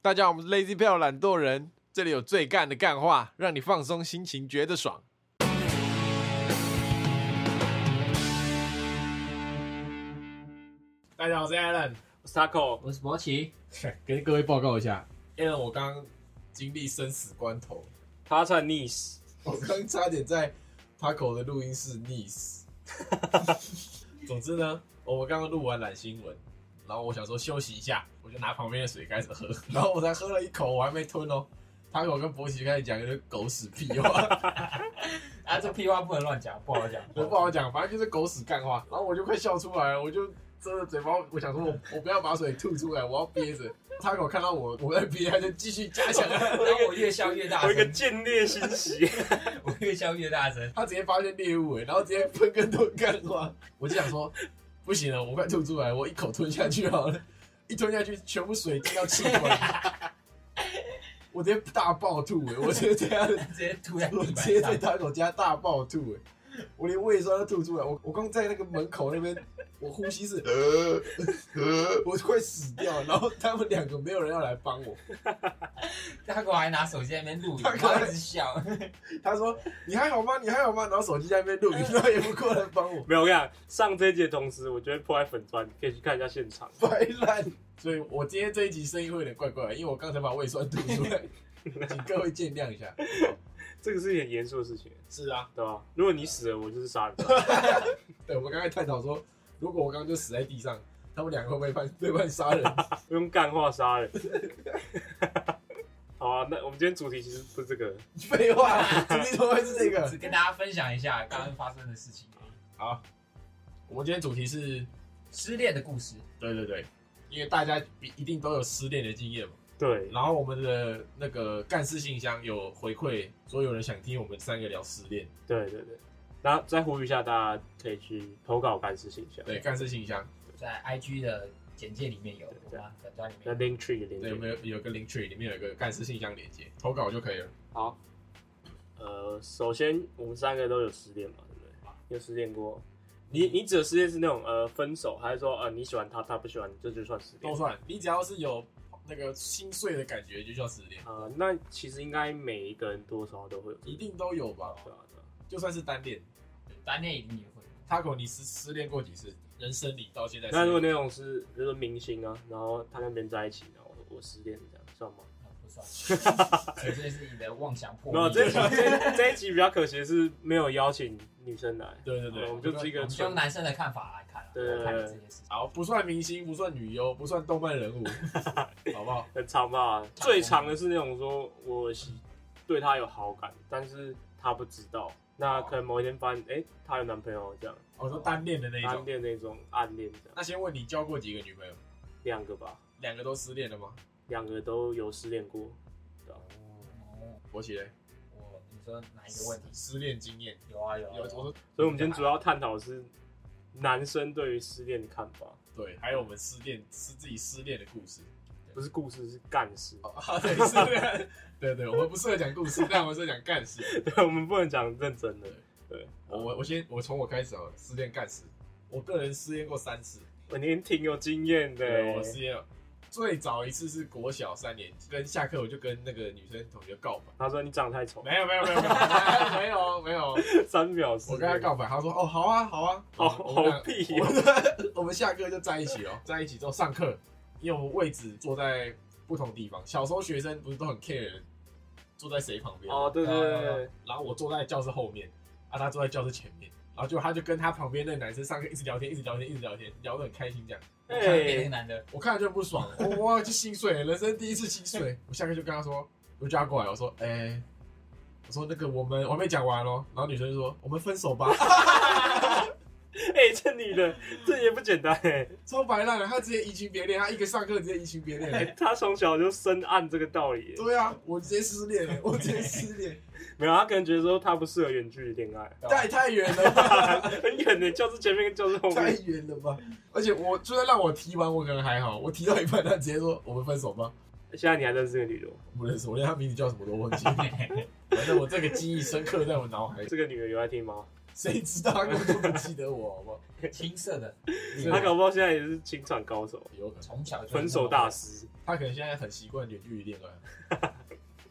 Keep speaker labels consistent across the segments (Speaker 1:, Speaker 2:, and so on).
Speaker 1: 大家好，我们是 Lazy p a l 懒惰人，这里有最干的干话，让你放松心情，觉得爽。大家好，我是 Alan。
Speaker 2: Taco，
Speaker 3: 我是博奇，
Speaker 1: 跟各位报告一下，Alan，我刚刚经历生死关头，
Speaker 2: 他算 Nice，
Speaker 1: 我刚差点在 Taco 的录音室溺死。 总之呢，我们刚刚录完懒新闻，然后我想说休息一下，我就拿旁边的水开始喝， 然后我才喝了一口，我还没吞哦。Taco 跟博奇就开始讲一堆狗屎屁话。
Speaker 3: 啊，这屁话不能乱讲，不好讲，
Speaker 1: 我不好讲，反正就是狗屎干话，然后我就快笑出来了，我就遮着嘴巴，我想说我我不要把水吐出来，我要憋着。他给我看到我我在憋，他就继续加强，
Speaker 3: 然后我越笑越大
Speaker 2: 我有一个
Speaker 3: 声，
Speaker 2: 见猎心 喜，
Speaker 3: 我越笑越大声。
Speaker 1: 他直接发现猎物欸然后直接喷更多干话。我就想说，不行了，我快吐出来，我一口吞下去好了，一吞下去全部水进到气管，我直接大爆吐、欸，我直接这样子
Speaker 3: 直接吐在
Speaker 1: 我
Speaker 3: 地
Speaker 1: 直
Speaker 3: 板
Speaker 1: 接在
Speaker 3: 上，
Speaker 1: 他口家大爆吐、哎，我连胃酸都吐出来。我我刚在那个门口那边，我呼吸是呃呃，我快死掉。然后他们两个没有人要来帮我。
Speaker 3: 他给我还拿手机在那边录影，
Speaker 1: 他
Speaker 3: 然
Speaker 1: 给我
Speaker 3: 后一直笑。
Speaker 1: 他说：“你还好吗？你还好吗？”然后手机在那边录影，然后也不过来帮我，
Speaker 2: 没有我跟你讲，上这一集的同时，我觉得破坏粉砖，可以去看一下现场。
Speaker 1: 白烂。所以我今天这一集声音会有点怪怪的，因为我刚才把胃酸吐出来，请各位见谅一下。
Speaker 2: 这个是一件很严肃的事情，
Speaker 1: 是啊，
Speaker 2: 对吧？如果你死了，我就是杀人。
Speaker 1: 对，我们刚才探讨说，如果我刚刚就死在地上，他们两个会不会判被判杀人？
Speaker 2: 不用干话杀人。 好啊，那我们今天主题其实不是这个，
Speaker 1: 废 话，主题怎么会是这个？
Speaker 3: 只跟大家分享一下刚刚发生的事情，
Speaker 1: 好，我们今天主题是，
Speaker 3: 失恋的故事。
Speaker 1: 对对对，因为大家比一定都有失恋的经验嘛。
Speaker 2: 对，
Speaker 1: 然后我们的那个干事信箱有回馈，说有人想听我们三个聊失恋。
Speaker 2: 对对对。然后再呼吁一下，大家可以去投稿干事信箱，
Speaker 1: 对，干事信箱，
Speaker 3: 在 IG 的简介里面有，
Speaker 2: 对
Speaker 3: 对吧？粉砖里
Speaker 2: 在
Speaker 3: 面
Speaker 2: Link Tree 的连
Speaker 1: 对，我
Speaker 2: 接。
Speaker 1: 们有有个 link tree 里面有一个干事信箱连接，投稿就可以了。
Speaker 2: 好，呃，首先我们三个都有失恋嘛，对不对？有失恋过。你你指的失恋是那种呃分手，还是说呃你喜欢他，他不喜欢你，这就算失恋
Speaker 1: 都？算，你只要是有那个心碎的感觉，就叫失恋，
Speaker 2: 呃，那其实应该每一个人多少都会有，
Speaker 1: 一定都有吧？
Speaker 2: 对啊对啊。
Speaker 1: 就算是单恋
Speaker 3: 单恋一定也会。
Speaker 1: ，Taco，你失失恋过几次？人生里到现在失恋
Speaker 2: 那如
Speaker 1: 过，
Speaker 2: 果那种是比如说明星啊，然后他跟别人在一起，然后我失恋这样算吗？
Speaker 3: 那 不算，纯粹是你的妄想破
Speaker 2: 没有，
Speaker 3: 灭。
Speaker 2: 这一集这这一集比较可惜的是没有邀请女生来，
Speaker 1: 对对对，
Speaker 2: 我们就
Speaker 1: 这
Speaker 2: 是一
Speaker 3: 我
Speaker 2: 个
Speaker 3: 们就
Speaker 2: 纯
Speaker 3: 用男生的看法来看啊，
Speaker 2: 对对对
Speaker 3: 来看这件事情。
Speaker 1: 好，不算明星，不算女优，不算动漫 人物，好不好？
Speaker 2: 很长吧。最长的是那种说我喜对他有好感，但是他不知道。那
Speaker 1: 哦
Speaker 2: 可能某一天发现，哎、她有男朋友这样，
Speaker 1: 我说单恋的那一
Speaker 2: 暗
Speaker 1: 种。
Speaker 2: 恋那种暗恋这样，
Speaker 1: 那先问你交过几个女朋友？
Speaker 2: 两个吧，
Speaker 1: 两个都失恋了吗？
Speaker 2: 两个都有失恋过。对啊
Speaker 3: 哦，
Speaker 1: 我起嘞，
Speaker 3: 我你说哪一个问题？
Speaker 1: 失恋经验
Speaker 3: 有啊有啊
Speaker 1: 有，我
Speaker 3: 有啊，
Speaker 1: 说
Speaker 2: 所以我们今天主要探讨的是男生对于失恋的看法，
Speaker 1: 对，还有我们失恋是自己失恋的故 事。
Speaker 2: 不是故事是干事。
Speaker 1: 啊，对，失恋，对对，我们不适合讲故事，但我们适合讲干事。
Speaker 2: 对，我们不能讲认真的。对，
Speaker 1: 我我我先我从我开始好了，失恋干事。我个人失恋过三次，
Speaker 2: 我您挺有经验的。
Speaker 1: 我失恋了。最早一次是国小三年级，跟下课我就跟那个女生同学告白，
Speaker 2: 他说你长得太丑，
Speaker 1: 没有没有没有没有 没有没有，
Speaker 2: 三秒失
Speaker 1: 我
Speaker 2: 恋。
Speaker 1: 跟他告白，他说：“哦，好啊，好啊，
Speaker 2: 好
Speaker 1: 我们俩
Speaker 2: 好屁哦
Speaker 1: 我们我们 下课就在一起哦，在一起之后上课，因为我们位置坐在不同地方。小时候学生不是都很 care 坐在谁旁边
Speaker 2: 哦，对对对对，
Speaker 1: 然后我坐在教室后面，啊，他坐在教室前面，然后就他就跟他旁边那个男生上课一直聊天，一直聊天，一直聊天，聊得很开心这样。
Speaker 3: 我看别的男的，
Speaker 1: 我看了就不爽，我哇，就心碎，人生第一次心碎。我下课就跟他说，我就叫他过来，我说：“哎、我说那个我们我还没讲完哦。”然后女生就说：“我们分手吧。”
Speaker 2: 哎、这女的这也不简单哎、
Speaker 1: 超白烂的，他直接移情别恋，他一个上课直接移情别
Speaker 2: 欸
Speaker 1: 恋。
Speaker 2: 她从小就深谙这个道理、欸，
Speaker 1: 对啊，我直接失恋了，我直接失恋，
Speaker 2: 没有她可能觉得说她不适合远距离恋爱，
Speaker 1: 太太远了吧，
Speaker 2: 很远的、教室前面跟教室后
Speaker 1: 太
Speaker 2: 面，
Speaker 1: 远了吧。而且我就算让我提完，我可能还好，我提到一半，他直接说我们分手吧。
Speaker 2: 现在你还认识这个女的吗？
Speaker 1: 我不认识， 我连他名字叫什么都忘记。反正我这个记忆深刻在我脑海里。
Speaker 2: 这个女的有在听吗？
Speaker 1: 谁知道他根本就不记得我，好不好？
Speaker 3: 青涩 的，
Speaker 1: 对
Speaker 2: 他搞不好现在也是情场高手，
Speaker 1: 有可能，
Speaker 3: 从小就
Speaker 2: 分手大，师，
Speaker 1: 他可能现在很习惯远距离恋爱，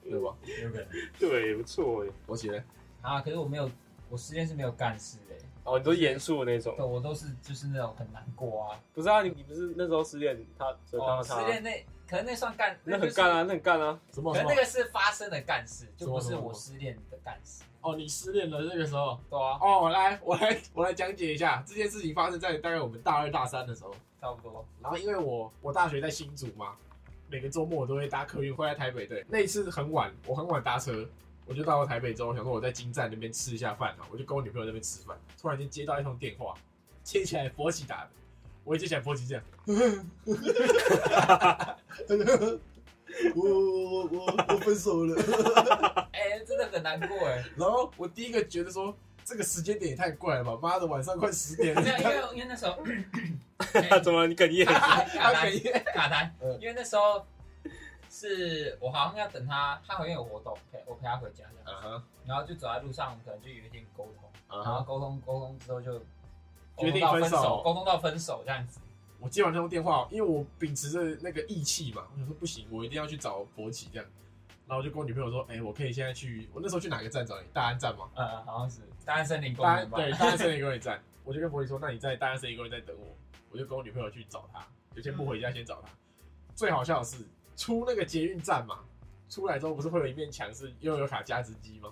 Speaker 1: 对吧？
Speaker 3: 有可能
Speaker 2: 对，不错哎。
Speaker 1: 我姐，
Speaker 3: 啊。可是我没有，我失恋是没有干事的、
Speaker 2: 哦，你都严肃的那种
Speaker 3: 对，，我都是就是那种很难过啊。
Speaker 2: 不是啊？你你不是那时候失恋，他他他
Speaker 3: 哦，失
Speaker 2: 他
Speaker 3: 恋那可能那算干，
Speaker 2: 那
Speaker 3: 就
Speaker 2: 很
Speaker 3: 是
Speaker 2: 干啊，，那很干啊。
Speaker 1: 什
Speaker 3: 可
Speaker 1: 么什
Speaker 3: 能
Speaker 1: 么
Speaker 3: 那？个是发生的干事，
Speaker 1: 什
Speaker 3: 就
Speaker 1: 么
Speaker 3: 不是
Speaker 1: 什么
Speaker 3: 我失恋的干事。
Speaker 1: 哦，你失恋了那个时候。
Speaker 3: 对啊，
Speaker 1: 哦，我来，我来，我来讲解一下这件事情发生在大概我们大二大三的时候。
Speaker 3: 差不多。
Speaker 1: 然后因为我我大学在新竹嘛，每个周末我都会搭客运回来台北。对，那一次很晚，我很晚搭车，我就到了台北之后，想说我在金站那边吃一下饭嘛，我就跟我女朋友那边吃饭。突然间接到一通电话，接起来波奇打的，我一接起来波奇这样， 我我我我分手了。
Speaker 3: 哎、真的很难过哎、
Speaker 1: 然后我第一个觉得说。这个时间点也太怪了吧！妈的，晚上快十点了，
Speaker 3: 没有，因为因为那时候， 哎
Speaker 2: 他怎么了你哽咽？
Speaker 3: 卡
Speaker 1: 他
Speaker 3: 单
Speaker 1: 给你
Speaker 3: 卡单
Speaker 1: 嗯，
Speaker 3: 因为那时候是我好像要等他，他好像有活动，对我陪他回家这样
Speaker 1: 啊哈，
Speaker 3: 然后就走在路上，我们可能就有一点沟通，
Speaker 1: 啊
Speaker 3: 然后
Speaker 1: 哈！
Speaker 3: 沟通沟通之后就
Speaker 1: 决定
Speaker 3: 沟通到分
Speaker 1: 分手
Speaker 3: 沟通到分手这样子。
Speaker 1: 我接完那通电话，因为我秉持着那个义气嘛，我想说不行，我一定要去找博奇这样。然后我就跟我女朋友说，哎、我可以现在去，我那时候去哪个站找你？大安站嘛，
Speaker 3: 呃，好像是大安森林公
Speaker 1: 大
Speaker 3: 园
Speaker 1: 安
Speaker 3: 吧？
Speaker 1: 对，大安森林公园站。 我就跟博奇说，那你在大安森林公园站等我，我就跟我女朋友去找他，就先不回家，先找他。最好笑的是，出那个捷运站嘛，出来之后不是会有一面墙是悠游卡加值机吗？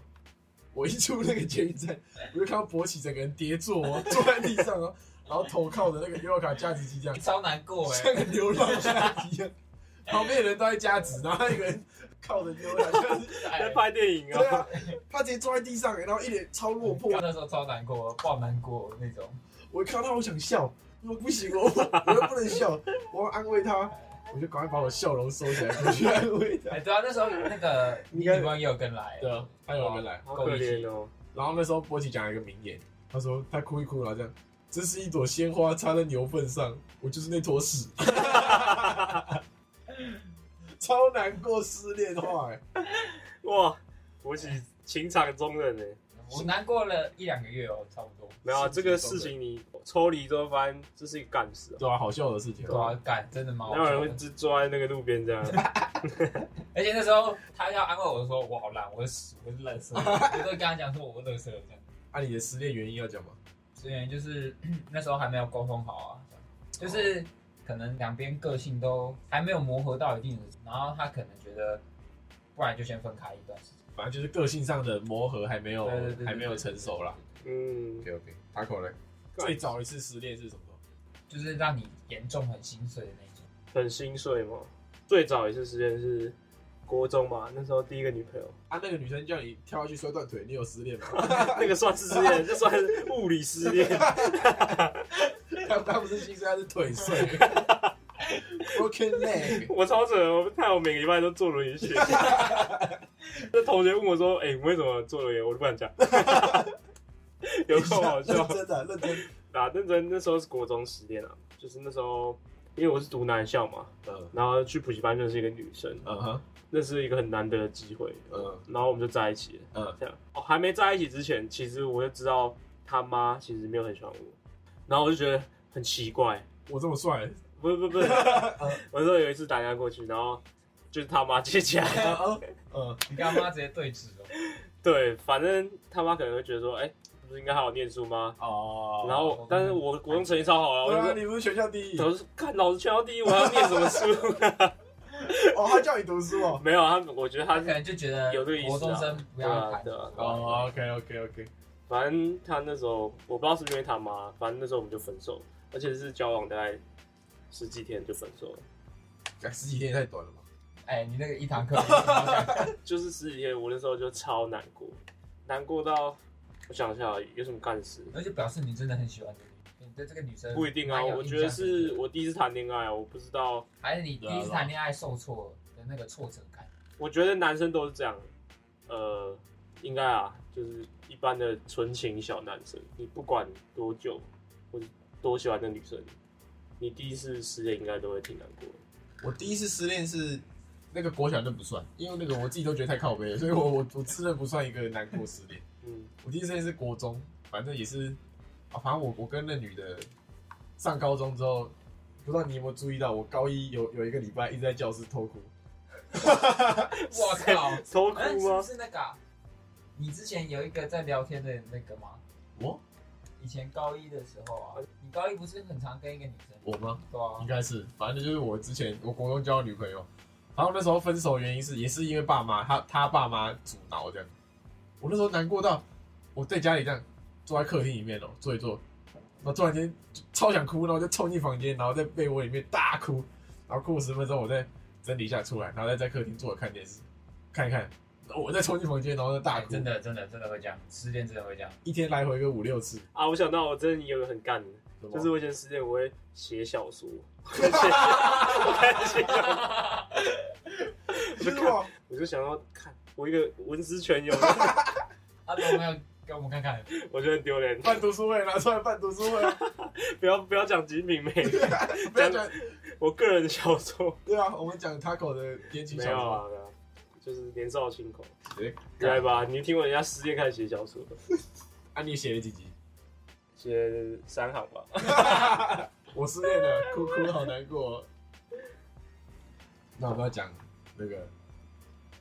Speaker 1: 我一出那个捷运站，我就看到博奇整个人跌坐哦，坐在地上哦，然后头靠着那个悠游卡加值机这样。
Speaker 3: 超难过哎、
Speaker 1: 像个流浪汉一样，旁边的人都在夹子，然后他一个人靠着流浪汉，
Speaker 3: 哎
Speaker 2: 在拍电影
Speaker 1: 对
Speaker 2: 啊？
Speaker 1: 啊，他直接坐在地上，然后一脸超落魄。
Speaker 3: 那时候超难过，爆难过那种。
Speaker 1: 我看到我想笑，我不行，我我又不能笑，我要安慰他，我就赶快把我笑容收起来，不去安慰他。
Speaker 3: 哎、对啊，那时候那个
Speaker 1: 应
Speaker 3: 你
Speaker 1: 该
Speaker 3: 女朋友也有跟来，
Speaker 1: 对啊，他有人来，
Speaker 2: 好可怜哦。
Speaker 1: 然后那时候波奇讲了一个名言，他说他哭一哭，然后这样。这是一朵鲜花插在牛粪上，我就是那坨 屎，超难过失恋话、欸，
Speaker 2: 哇，我起情场中人呢。欸
Speaker 3: 我难过了一两个月哦，差不多。
Speaker 2: 没有啊，
Speaker 1: 是
Speaker 2: 这个事情你抽离之后发现这是一个干事啊，
Speaker 1: 对啊，好笑的事情啊，
Speaker 3: 对啊，干真的吗？
Speaker 2: 哪有人会只坐在那个路边这样？
Speaker 3: 而且那时候他要安慰我说我好烂，我是屎，我是垃圾，我都会跟他讲说我是垃圾这样。
Speaker 1: 啊，你的失恋原因要讲吗？
Speaker 3: 所以就是 那时候还没有沟通好啊，这样就是可能两边个性都还没有磨合到一定的，然后他可能觉得不然就先分开一段时间，
Speaker 1: 反正就是个性上的磨合还没有，
Speaker 2: 哦
Speaker 3: 对对对，
Speaker 1: 还没有成熟啦。。
Speaker 2: 嗯，
Speaker 1: OK OK，塔口嘞，
Speaker 2: 干
Speaker 1: 最早一次失恋是什么时候？
Speaker 3: 就是让你严重很心碎的那种。
Speaker 2: 很心碎嘛。最早一次失恋是国中嘛，那时候第一个女朋友，
Speaker 1: 啊，那个女生叫你跳下去摔断腿，你有失恋吗？
Speaker 2: 那个算是失恋，这算是物理失恋。
Speaker 1: 她她不是心碎，她是腿碎。Broken leg，
Speaker 2: 我超扯，我看我每个礼拜都坐轮椅去。那同学问我说：“哎、你为什么坐轮椅？”我就不敢讲，有够好笑
Speaker 1: 认。真的认真。
Speaker 2: 打认真，那时候是国中失恋啊，就是那时候因为我是读男校嘛，
Speaker 1: 嗯
Speaker 2: 然后去补习班认识一个女生，
Speaker 1: 嗯哼
Speaker 2: 那是一个很难得的机会，
Speaker 1: 嗯
Speaker 2: 然后我们就在一起了。
Speaker 1: 嗯
Speaker 2: 这样，哦，还没在一起之前，其实我就知道他妈其实没有很喜欢我，然后我就觉得很奇怪，
Speaker 1: 我这么帅，
Speaker 2: 不是不是不是，我说有一次打电话过去，然后就是他妈接起 来，
Speaker 1: 嗯嗯嗯，
Speaker 3: 你跟他妈直接对峙哦，
Speaker 2: 对，反正他妈可能会觉得说，哎、不是应该好好念书吗？
Speaker 1: 哦
Speaker 2: 然后，但是我国中成绩超好啊，我
Speaker 1: 对
Speaker 2: 就
Speaker 1: 啊，
Speaker 2: 说。
Speaker 1: 你不是全校第一
Speaker 2: 老师看老师全校第一，我还要念什么 书？
Speaker 1: 哦，他叫你读书哦。
Speaker 2: 没有，他我觉得
Speaker 3: 他
Speaker 2: 他
Speaker 3: 可
Speaker 2: 是
Speaker 3: 能就觉得
Speaker 2: 有这个意思啊
Speaker 3: 国中生不
Speaker 2: 对
Speaker 3: 要
Speaker 2: 啊
Speaker 3: 谈
Speaker 2: 对啊，对啊
Speaker 1: 哦，OK OK OK，
Speaker 2: 反正他那时候我不知道是不是因为他妈，反正那时候我们就分手了，而且是交往大概十几天就分手了。
Speaker 1: 干十几天也太短了吧？
Speaker 3: 哎，你那个一堂课， 我
Speaker 2: 就是十几天，我那时候就超难过，难过到我想一下有什么干事，
Speaker 3: 那就表示你真的很喜欢这个女生，你对这个女生
Speaker 2: 不一定啊。
Speaker 3: 蛮有
Speaker 2: 我
Speaker 3: 印
Speaker 2: 觉得
Speaker 3: 象深刻
Speaker 2: 是我啊第一次谈恋爱啊，我不知道，
Speaker 3: 还是你第一次谈恋爱受挫的那个挫折 感，
Speaker 2: 我觉得男生都是这样，呃，应该啊，就是一般的纯情小男生，你不管多久或者多喜欢的女生，你第一次失恋应该都会挺难过的。
Speaker 1: 我第一次失恋是那个国小那不算，因为那个我自己都觉得太靠背了，所以我我我自认不算一个难过失恋。
Speaker 2: 嗯，
Speaker 1: 我第一次失恋是国中，反正也是，啊，反正我我跟那女的上高中之后，不知道你有没有注意到，我高一有有一个礼拜一直在教室偷哭，
Speaker 3: 我靠，
Speaker 2: 偷
Speaker 3: 哎，
Speaker 2: 哭
Speaker 3: 是不
Speaker 2: 吗？
Speaker 3: 是那个啊、你之前有一个在聊天的那个吗？
Speaker 1: 我
Speaker 3: 以前高一的时候啊，你高一不是很常跟一个女生？
Speaker 1: 我吗？
Speaker 3: 对啊
Speaker 1: 应，该是，反正就是我之前我国中交的女朋友，然后那时候分手原因是也是因为爸妈，他他爸妈阻挠这样，我那时候难过到我在家里这样坐在客厅里面哦、坐一坐，然后突然间就超想哭，然后就冲进房间，然后在被窝里面大哭，然后哭十分钟，我再整理一下出来，然后再在客厅坐着看电视，看一看，然后我再冲进房间，然后再大
Speaker 3: 哎
Speaker 1: 哭，
Speaker 3: 真的真的真的会这样，失恋真的会这样。
Speaker 1: 一天来回个五六次，
Speaker 2: 啊，我想到我真的有个很干的，
Speaker 1: 什么
Speaker 2: 就是我以前失恋，我会写小说，我写，我开始写小说，
Speaker 1: 就是我
Speaker 2: 我就想要看我一个文思泉涌，
Speaker 3: 啊， 那我们要给我们看看，
Speaker 2: 我觉得很丢脸，
Speaker 1: 办读书会拿出来办读书会，
Speaker 2: 不要不要讲极品妹，
Speaker 1: 不要讲
Speaker 2: 我个人小说
Speaker 1: 对啊，我们讲 Taco 的言情
Speaker 2: 没
Speaker 1: 小
Speaker 2: 有
Speaker 1: 说，
Speaker 2: 啊，没有啊就是年少轻狂，
Speaker 1: 对，
Speaker 2: 来吧，你听过人家失恋开始写小说的，
Speaker 1: 啊，你写了几集？
Speaker 2: 写三行吧，
Speaker 1: 我失恋了，哭哭，好难过哦。那我们要讲那个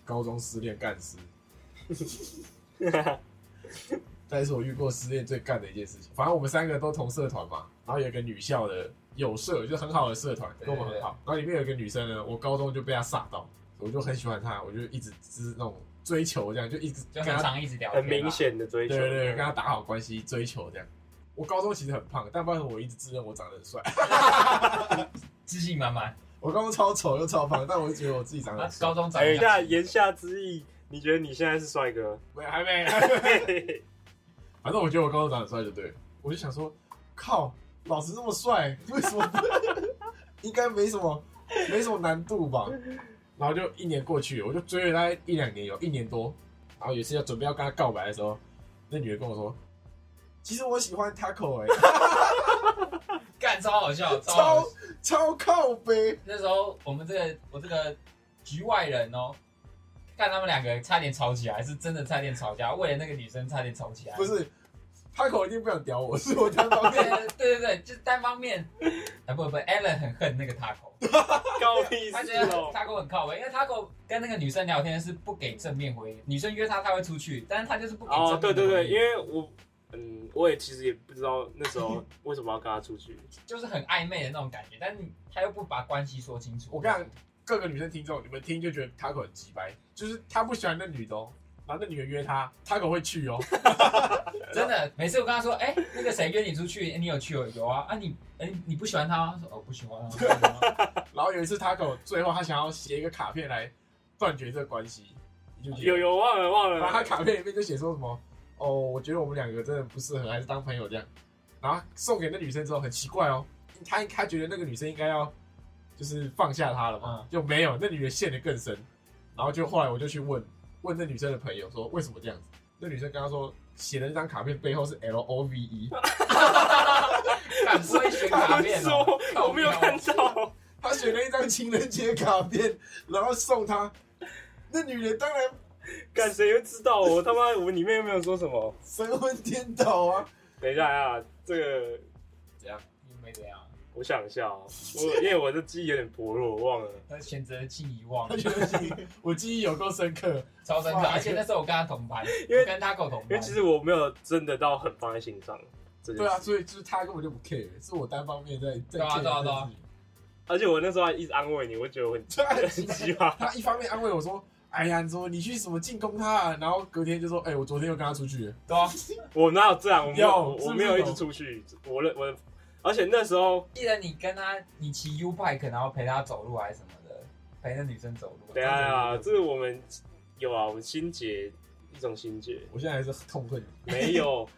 Speaker 1: 高中失恋干事，但是我遇过失恋最干的一件事情。反正我们三个都同社团嘛，然后有一个女校的有社，就是很好的社团，跟我们很好。然后里面有一个女生呢，我高中就被她煞到，我就很喜欢她，我就一直是那种追求，这样就一直
Speaker 3: 就
Speaker 1: 跟
Speaker 3: 很
Speaker 1: 她
Speaker 3: 常一直聊 天
Speaker 2: 很
Speaker 3: 啊
Speaker 2: 明，显的追求，
Speaker 1: 对对对，跟他打好关系，追求这样。我高中其实很胖，但不然我一直自认我长得很帅。
Speaker 3: 自信满满。
Speaker 1: 我高中超丑又超胖，但我就觉得我自己长得
Speaker 3: 啊
Speaker 1: 很，帅。
Speaker 3: 高中长
Speaker 2: 哎，
Speaker 3: 得
Speaker 2: 那言下之意，你觉得你现在是帅哥？
Speaker 1: 没还没，
Speaker 2: 嘿嘿嘿
Speaker 1: 反正我觉得我高中长得很帅就对了。我就想说，靠，老师这么帅，为什么不？应该没什么，没什么难度吧？然后就一年过去，我就追了大概一两年，有一年多。然后有一次要准备要跟他告白的时候，那女的跟我说：“其实我喜欢 Taco 哎、
Speaker 3: 干超好笑，超好
Speaker 1: 超
Speaker 3: 笑
Speaker 1: 超靠背。”
Speaker 3: 那时候我们这个我这个局外人哦，看他们两个差点吵起来，是真的差点吵架，为了那个女生差点吵起来。
Speaker 1: 不是，他口一定不想屌我，是我单方
Speaker 3: 对，
Speaker 1: 面。
Speaker 3: 对对对对，就是单方面。啊不不，Allen 很恨那个 Taco，
Speaker 2: 高屁
Speaker 3: 他觉
Speaker 2: 事
Speaker 3: 得
Speaker 2: 哦！
Speaker 3: Taco 很靠北，因为 Taco 跟那个女生聊天是不给正面回应，女生约他他会出去，但是他就是不给正面
Speaker 2: 哦，对对
Speaker 3: 回
Speaker 2: 对，
Speaker 3: 应
Speaker 2: 因为我嗯，我也其实也不知道那时候为什么要跟他出去，
Speaker 3: 就是很暧昧的那种感觉，但是他又不把关系说清楚。
Speaker 1: 我跟你讲，各个女生听众，你们听就觉得他口很鸡掰，就是他不喜欢那女的、哦，然后那女的约他，他口会去哦。
Speaker 3: 真的，每次我跟他说，哎、那个谁约你出去，你有去哦？有啊，啊你，哎、你不喜欢他吗？他说哦，不喜欢啊。
Speaker 1: 然后有一次他口最后他想要写一个卡片来断绝这个关系，你就觉
Speaker 2: 有
Speaker 1: 得，
Speaker 2: 有忘了忘
Speaker 1: 然后他
Speaker 2: 了，
Speaker 1: 卡片里面就写说什么，哦，我觉得我们两个真的不适合，还是当朋友这样。然后送给那女生之后很奇怪哦，他他觉得那个女生应该要就是放下他了嘛，就没有，那女的陷得更深。然后就后来我就去问问那女生的朋友说为什么这样子，那女生跟他说写的那张卡片背后是 L O V E，
Speaker 3: 敢不会选卡片
Speaker 2: 是
Speaker 3: 哦
Speaker 2: 我，我没有看到，
Speaker 1: 他选了一张情人节卡片，然后送他。那女人当然
Speaker 2: 干谁会知道？我他妈我里面又没有说什么。
Speaker 1: 神魂颠倒啊！
Speaker 2: 等一下啊，这个
Speaker 3: 你没怎样，
Speaker 2: 我想一下哦，我因为我的记忆有点薄弱，我忘了。
Speaker 3: 他选择性遗忘
Speaker 1: 他，觉得记忆我记忆有够深刻，
Speaker 3: 超深刻。
Speaker 1: 哇
Speaker 3: 而且那时候我跟他同班，
Speaker 2: 因为
Speaker 3: 我跟他够同
Speaker 2: 因为
Speaker 3: 班
Speaker 2: 其。实我没有真的到很放在心上这件
Speaker 1: 对啊，
Speaker 2: 事，
Speaker 1: 所以就是他根本就不 care，是我单方面在在
Speaker 3: 对啊
Speaker 1: care
Speaker 3: 对啊
Speaker 1: 这件
Speaker 3: 对啊
Speaker 1: 事情
Speaker 2: 而且我那时候还一直安慰你，我觉得我很 很鸡巴。
Speaker 1: 啊他一方面安慰我说：“哎呀，你说你去什么进攻他、啊？”然后隔天就说：“哎、我昨天又跟他出去了。
Speaker 3: 对啊，
Speaker 2: 我哪有这样？我没有，
Speaker 1: 有
Speaker 2: 我
Speaker 1: 是不是
Speaker 2: 我没有一直出去。我的我的，而且那时候，
Speaker 3: 记得你跟他，你骑 U bike，然后陪他走路还是什么的，陪那女生走路。
Speaker 2: 等一下啊，这个我们有啊，我们心结一种心结”
Speaker 1: 我现在还是痛恨你。
Speaker 2: 没有，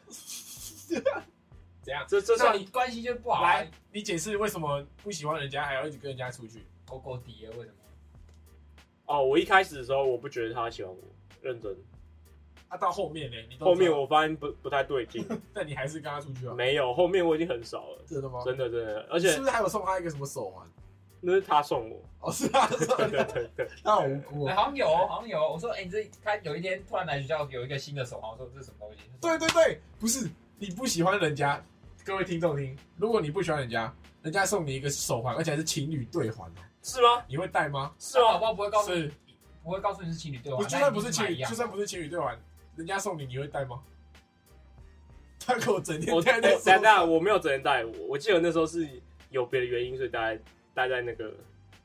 Speaker 1: 怎样？
Speaker 2: 这这
Speaker 3: 那
Speaker 2: 算
Speaker 3: 你关系就不好、啊。
Speaker 1: 来，你解释为什么不喜欢人家还要一直跟人家出去？
Speaker 3: 狗狗底啊了为什么？
Speaker 2: 哦。我一开始的时候，我不觉得他喜欢我，认真。
Speaker 1: 啊，到后面呢？你都
Speaker 2: 后面，我发现不不太对劲，
Speaker 1: 但你还是跟他出去啊？
Speaker 2: 没有，后面我已经很少了，
Speaker 1: 真的吗？
Speaker 2: 真的真的，而
Speaker 1: 你是
Speaker 2: 且
Speaker 1: 不是还有送他一个什么手环？
Speaker 2: 那是他送我，
Speaker 1: 哦，是啊，是
Speaker 2: 对
Speaker 1: 啊
Speaker 2: 对对对，
Speaker 1: 他好无辜
Speaker 3: 哎、
Speaker 1: 哦。
Speaker 3: 好像有，好像有。
Speaker 1: 啊
Speaker 3: 我说，哎、你这他有一天突然来学校有一个新的手环，我说这是什么东西？
Speaker 1: 对对对，不是，你不喜欢人家，各位听众听，如果你不喜欢人家，人家送你一个手环，而且还是情侣对环哦，
Speaker 2: 是吗？
Speaker 1: 你会戴吗？
Speaker 2: 是
Speaker 3: 他
Speaker 2: 吗？
Speaker 3: 宝宝不会告诉
Speaker 1: 是
Speaker 3: 你，不会告诉你是情侣对
Speaker 2: 啊
Speaker 3: 话，
Speaker 1: 不就算不是情
Speaker 3: 情
Speaker 1: 侣，就算不是情侣对环，人家送你，你会戴吗？他给我整天
Speaker 2: 我
Speaker 1: 戴在手
Speaker 2: 等一下
Speaker 1: 上，
Speaker 2: 我没有整天戴，我我记得那时候是有别的原因，所以戴戴在那个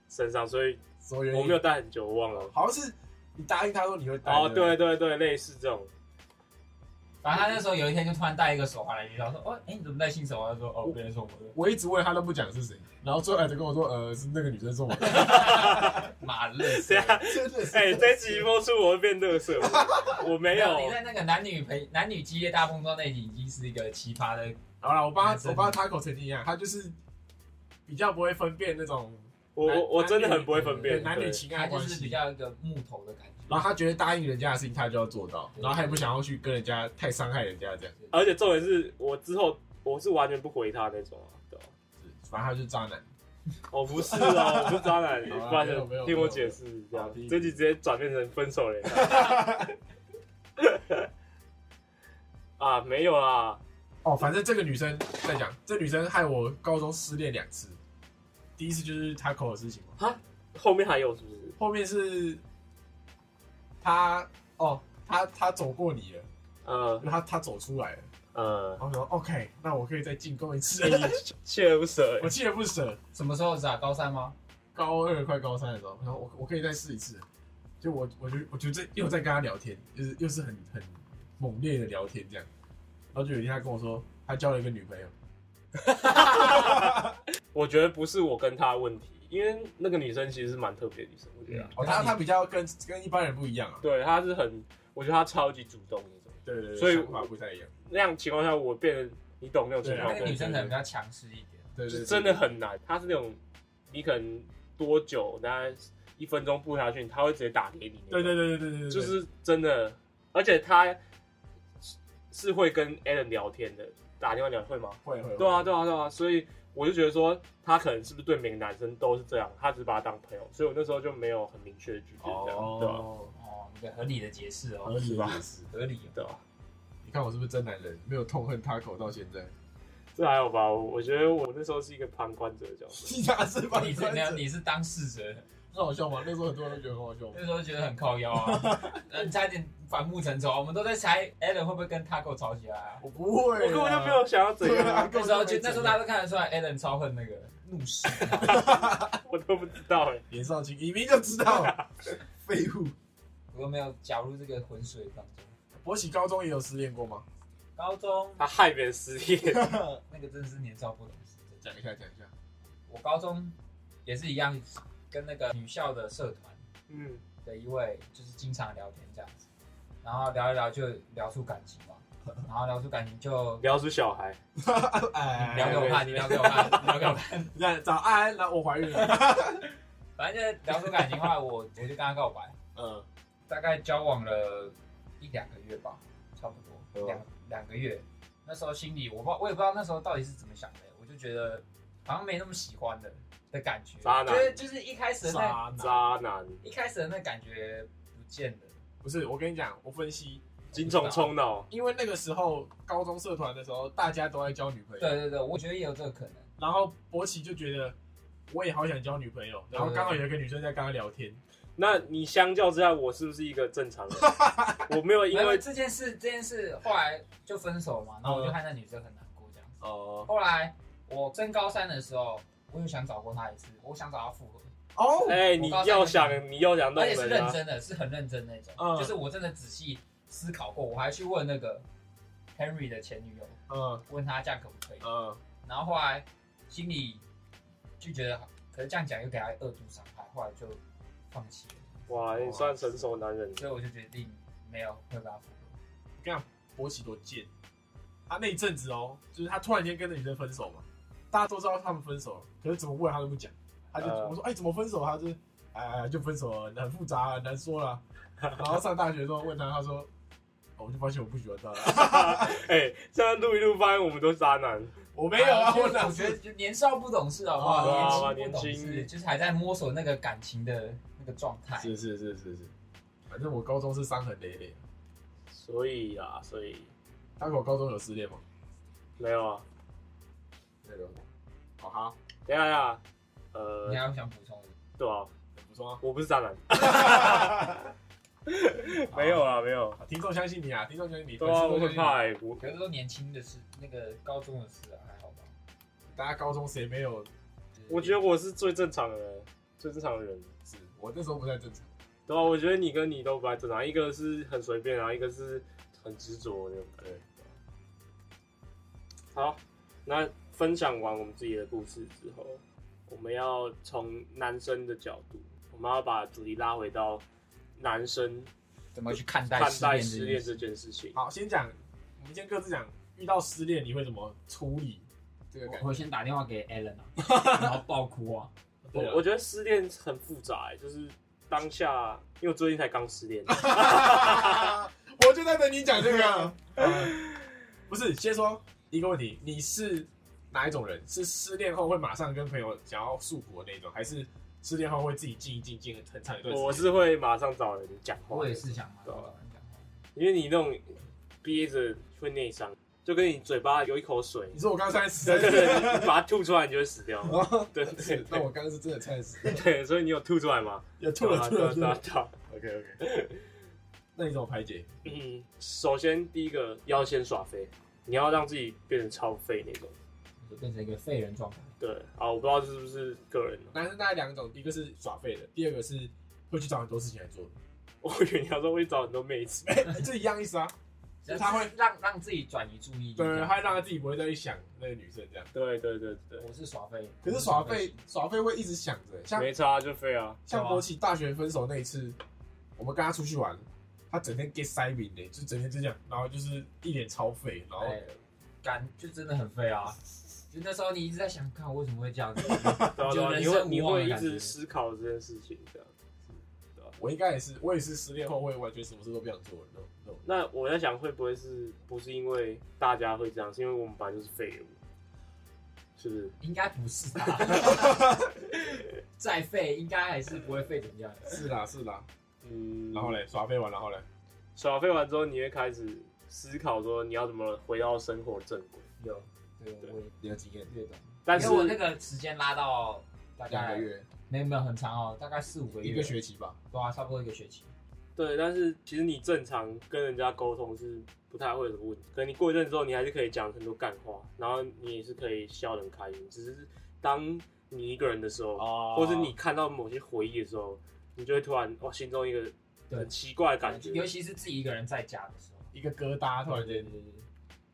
Speaker 2: 身上，所以
Speaker 1: 什么原因？
Speaker 2: 我没有戴很久，我忘了。
Speaker 1: 好像是你答应他说你会戴。
Speaker 2: 哦，
Speaker 1: 不
Speaker 2: 对，对对，类似这种，
Speaker 3: 反正他那时候有一天就突然带一个手环来学校，说：“哦，哎、你怎么带新手环？”他说：“哦，别人送我的。
Speaker 1: 我一直问他都不讲是谁，然后最后就跟我说，呃，是那个女生送我 的，”
Speaker 3: 妈累死
Speaker 2: 对啊。
Speaker 1: 真的是。
Speaker 2: 哎、这一集播出我会变乐色， 我没有。
Speaker 3: 你在那个男女陪男女激烈大碰撞那集已经是一个奇葩的，
Speaker 1: 好了，我帮
Speaker 3: 男
Speaker 1: 他，
Speaker 3: 生
Speaker 1: 我帮他 taco 曾经一样，他就是比较不会分辨那种
Speaker 2: 我我我真的很不会分
Speaker 1: 对
Speaker 2: 辨
Speaker 1: 男女
Speaker 2: 对
Speaker 1: 情
Speaker 3: 他
Speaker 1: 爱
Speaker 3: 就
Speaker 1: 关
Speaker 3: 是比
Speaker 1: 系。
Speaker 3: 较一个木头的感觉。
Speaker 1: 然后他觉得答应人家的事情，他就要做到，
Speaker 3: 对
Speaker 1: 然后他也不想要去跟人家太伤害人家这样，
Speaker 2: 而且重点是我之后我是完全不回他那种啊，对吧
Speaker 1: 反正他就是渣男。
Speaker 2: 我、不是哦，我不是渣男，
Speaker 1: 好啊
Speaker 2: 不然
Speaker 1: 没有没有
Speaker 2: 听我解释这
Speaker 1: 好
Speaker 2: 样
Speaker 1: 第一，
Speaker 2: 这集直接转变成分手嘞。 啊，没有啦，
Speaker 1: 哦，反正这个女生在讲，这女生害我高中失恋两次，第一次就是她口的事情嘛，
Speaker 2: 后面还有是不是？
Speaker 1: 后面是她哦，她她走过你了，
Speaker 2: 呃
Speaker 1: 她她走出来了，
Speaker 2: 呃
Speaker 1: 然，后我说 OK，那我可以再进攻一次，
Speaker 2: 锲而不舍欸
Speaker 1: 我锲而不舍。
Speaker 3: 什么时候是啊？高三吗？
Speaker 1: 高二快高三的时候，然后我我可以再试一次，就我我就我就在又在跟他聊天，就是又是很很猛烈的聊天这样，然后就有一天他跟我说他交了一个女朋友，
Speaker 2: 我觉得不是我跟他的问题，因为那个女生其实是蛮特别的女生，我觉得啊、
Speaker 1: 哦，他他比较跟跟一般人不一样啊，
Speaker 2: 对，她是很，我觉得她超级主动那种。
Speaker 1: 对对对，
Speaker 2: 所以
Speaker 1: 想法不太一样，
Speaker 2: 那样情况下，我变得你懂那种情
Speaker 1: 对啊
Speaker 2: 况
Speaker 3: 那
Speaker 2: 吗，
Speaker 3: 个女生可能比较强势一点，
Speaker 1: 对对
Speaker 2: 就
Speaker 1: 对，
Speaker 2: 真的很难。她是那种你可能多久，大概一分钟不下去，她会直接打给你。
Speaker 1: 对，对对对对对对，
Speaker 2: 就是真的，而且她是是会跟 Alan 聊天的，打电话聊会吗？
Speaker 1: 会会，
Speaker 2: 对啊，对啊，对啊，所以我就觉得说，她可能是不是对每个男生都是这样，她只是把他当朋友，所以我那时候就没有很明确的拒绝这样，对吧、
Speaker 1: 哦，
Speaker 3: 哦，一个合理的解释
Speaker 1: 合
Speaker 3: 哦，
Speaker 1: 理吧？
Speaker 3: 合理、哦。
Speaker 2: 对吧、啊
Speaker 1: 你看我是不是真男人？没有痛恨他口到现在，
Speaker 2: 这还好吧？我我觉得我那时候是一个旁观者的角色。
Speaker 1: 你哪是把
Speaker 3: 你是 没有，你是当事者，
Speaker 1: 很好笑吗？那时候很多人都觉得很好笑吗，
Speaker 3: 那时候觉得很靠 腰啊，嗯，差点反目成仇。我们都在猜 Alan 会不会跟 Taco 吵起来啊？
Speaker 1: 我不会啊，
Speaker 2: 我根本就没有想要怎
Speaker 1: 对
Speaker 2: 样，
Speaker 1: 啊，
Speaker 3: 那时候就
Speaker 1: 根本没
Speaker 3: 那时
Speaker 1: 怎样
Speaker 3: 候大家都看得出来，Alan 超恨那个怒视，
Speaker 2: 我都不知道哎。
Speaker 1: 年少轻，一明就知道， 废物。
Speaker 3: 我都没有加入这个浑水当中。
Speaker 1: 博喜高中也有失恋过吗？
Speaker 3: 高中
Speaker 2: 他害别人失业，
Speaker 3: 那个真的是年少不懂事，真
Speaker 1: 讲
Speaker 3: 的。
Speaker 1: 一下，讲一下。
Speaker 3: 我高中也是一样，跟那个女校的社团
Speaker 2: 嗯，
Speaker 3: 的一位，就是经常聊天这样子，然后聊一聊就聊出感情嘛，然后聊出感情就
Speaker 2: 聊出小孩，
Speaker 1: 哎
Speaker 3: 聊给我看，你聊给我看，你聊给我看。
Speaker 1: 你看，早安，然后我怀孕了。
Speaker 3: 反正就是聊出感情话，我我就跟他告白，
Speaker 1: 嗯，
Speaker 3: 大概交往了一两个月吧，差不
Speaker 1: 哦
Speaker 2: 啊
Speaker 3: 多两两个月。那时候心里我不知道，我也不知道那时候到底是怎么想的，我就觉得好像没那么喜欢的的感觉，
Speaker 2: 渣男
Speaker 3: 就是就是一开始的那
Speaker 1: 渣男
Speaker 2: 渣男，
Speaker 3: 一开始的那感觉不见了。
Speaker 1: 不是，我跟你讲，我分析，
Speaker 2: 精虫充脑，
Speaker 1: 因为那个时候高中社团的时候，大家都在交女朋友，
Speaker 3: 对，对对，我觉得也有这个可能。
Speaker 1: 然后博喜就觉得。我也好想交女朋友，然后刚好有一个女生在跟他聊天，
Speaker 2: 那你相较之下，我是不是一个正常人？我没有因
Speaker 3: 因为
Speaker 2: 为
Speaker 3: 这件事，这件事后来就分手嘛，然后我就看那女生很难过这样子。
Speaker 1: 哦
Speaker 3: 后来我升高三的时候，我有想找过她一次，我想找她复合，
Speaker 1: 哦，
Speaker 2: 哎，你要想你要想弄
Speaker 3: 而且是
Speaker 2: 人
Speaker 3: 认
Speaker 2: 啊，
Speaker 3: 真的，是很认真那种，
Speaker 1: 嗯
Speaker 3: 就是我真的仔细思考过，我还去问那个 Henry 的前女友，
Speaker 1: 嗯
Speaker 3: 问他这样可不可以，
Speaker 1: 嗯，
Speaker 3: 然后后来心里就觉得，可是这样讲又给他二度伤害，后来就放弃了，
Speaker 2: 哇，你算成熟男 人，
Speaker 3: 所以我就决定没有会跟他复合。
Speaker 1: 博喜多贱，他那一阵子哦，就是他突然间跟那女生分手嘛，大家都知道他们分手了，可是怎么问他都不讲，他就、
Speaker 2: 呃
Speaker 1: 我说哎、怎么分手？他就是哎、就分手了，很复杂，很难说 了。然后上大学的时候问他，他说、哦我就发现我不喜欢他了，
Speaker 2: 哎，这样录一录，发现我们都是渣男，
Speaker 1: 我没有啊，
Speaker 3: 我
Speaker 1: 我
Speaker 3: 觉得
Speaker 1: 哪
Speaker 3: 我觉得
Speaker 1: 是
Speaker 3: 就年少不懂事好不
Speaker 2: 啊
Speaker 3: 好？
Speaker 2: 年
Speaker 3: 年轻不懂
Speaker 2: 轻
Speaker 3: 事，就是还在摸索那个感情的那个状态。
Speaker 1: 是是是是是，反正我高中是伤痕累累。
Speaker 2: 所以啊，所以
Speaker 1: 大口高中有失恋吗？
Speaker 2: 没有啊。
Speaker 1: 那个，哦好哈，
Speaker 2: 等一下呀，
Speaker 3: 你
Speaker 2: 呃，
Speaker 3: 还有想补充的？
Speaker 2: 对啊，
Speaker 1: 很不错啊。
Speaker 2: 我不是渣男， 没有啊，没有。
Speaker 1: 好听众相信你啊，听众相信你，
Speaker 2: 对
Speaker 1: 粉丝
Speaker 2: 啊，
Speaker 1: 都相
Speaker 2: 我很
Speaker 1: 信你
Speaker 2: 怕哎、我
Speaker 3: 可是都年轻的事，那个高中的事啊，还好吧？
Speaker 1: 大家高中谁没有？
Speaker 2: 我觉得我是最正常的人，最正常的人。
Speaker 1: 是我那时候不太正常，
Speaker 2: 对啊，我觉得你跟你都不太正常，一个是很随便啊，一个是很执着那种感觉。
Speaker 1: 对，
Speaker 2: 好，那分享完我们自己的故事之后，我们要从男生的角度，我们要把主题拉回到男生
Speaker 3: 怎么去看待
Speaker 2: 看待失
Speaker 3: 失
Speaker 2: 恋
Speaker 3: 恋
Speaker 2: 这
Speaker 3: 这件事？
Speaker 2: 件事情。
Speaker 1: 好，先讲，我们先各自讲，遇到失恋你会怎么处理这个感
Speaker 2: 哦
Speaker 3: 我
Speaker 1: 觉？
Speaker 3: 我先打电话给 Alan 啊，然后爆哭啊。
Speaker 2: 我
Speaker 1: 对啊
Speaker 2: 我觉得失恋很复杂、欸，就是当下，因为我最近才刚失恋，
Speaker 1: 我就在等你讲这 个。啊不是，先说一个问题，你是哪一种人？是失恋后会马上跟朋友想要诉苦的那种，还是失恋后会自己静一静静很长一段时间？
Speaker 2: 我是会马上找人讲话。
Speaker 3: 我也是想嘛，
Speaker 2: 对啊
Speaker 3: 我想讲话
Speaker 2: 因为你那种憋着会内伤，就跟你嘴巴有一 口水，
Speaker 1: 你说我刚才死
Speaker 2: 对
Speaker 1: 在
Speaker 2: 对
Speaker 1: 这
Speaker 2: 对，你把它吐出来，你就会死掉。
Speaker 1: 哦
Speaker 2: 对对
Speaker 1: 是，那我刚刚是真的差点死了，
Speaker 2: 对对，所以你 有吐出来吗？
Speaker 1: 也吐了吐了吐
Speaker 2: 对啊
Speaker 1: 了。
Speaker 2: 对啊。
Speaker 1: OK OK，那你 怎么排解？
Speaker 2: 对啊嗯，首先第一个要先耍飞，你要让自己变成超废那种。
Speaker 3: 我就变成一个废人状态。
Speaker 2: 对啊，我不知道这是不是个人啊，
Speaker 1: 男生大概两种，一个是耍废的，第二个是会去找很多事情来 做，
Speaker 2: 我以为你要说会找很多妹子，
Speaker 1: 这一样意思啊。就是他会
Speaker 3: 让让自己转移注意力。
Speaker 1: 对，
Speaker 3: 这样
Speaker 1: 他会让他自己不会再去想那个女生这样。
Speaker 2: 对对对对，
Speaker 3: 我是耍废，
Speaker 1: 可是耍废，耍废会一直想着，像
Speaker 2: 没差就废啊。
Speaker 1: 像
Speaker 3: 对啊
Speaker 1: 博起大学分手那一次，我们跟他出去玩，他整天 get saving 的，就整天就这样，然后就是一脸超废，然后
Speaker 2: 哎
Speaker 3: 对，感就真的很废啊。 就那时候你一直在想，看我为什么会这样子，
Speaker 2: 对啊对
Speaker 3: 就
Speaker 2: 啊，
Speaker 3: 人
Speaker 2: 你会
Speaker 3: 生
Speaker 2: 你
Speaker 3: 无望
Speaker 2: 会
Speaker 3: 的
Speaker 2: 一
Speaker 3: 感觉
Speaker 2: 直思考这件事情这样。
Speaker 1: 我应该也是，我也是失恋后会完全什么事都不想做的那种那种。
Speaker 2: 那我在想，会不会是不是因为大家会这样，是因为我们本来就是废物，是不是？
Speaker 3: 应该不是 吧？再废应该还是不会废怎么样？
Speaker 1: 是啦是啦，
Speaker 2: 嗯，
Speaker 1: 然后嘞耍废完，然后嘞，
Speaker 2: 耍废完之后，你会开始思考说你要怎么回到生活正轨。
Speaker 3: 有，对，
Speaker 2: 对
Speaker 3: 我
Speaker 1: 你有经验
Speaker 3: 也略懂。
Speaker 2: 但
Speaker 3: 因
Speaker 2: 是
Speaker 3: 为我那个时间拉到大
Speaker 1: 两
Speaker 3: 概
Speaker 1: 个，月，
Speaker 3: 没有没有很长哦，大概四五个月，
Speaker 1: 一个学期吧。
Speaker 3: 对啊，差不多一个学期。
Speaker 2: 对，但是其实你正常跟人家沟通是不太会有什么问题。可能你过一阵子之后，你还是可以讲很多干话，然后你也是可以笑得很开心。只是当你一个人的时候，
Speaker 1: 哦
Speaker 2: 或是你看到某些回忆的时候，你就会突然哇，心中一个
Speaker 3: 对
Speaker 2: 很奇怪的感觉，
Speaker 3: 尤其是自己一个人在家的时候，
Speaker 1: 一个疙瘩突然间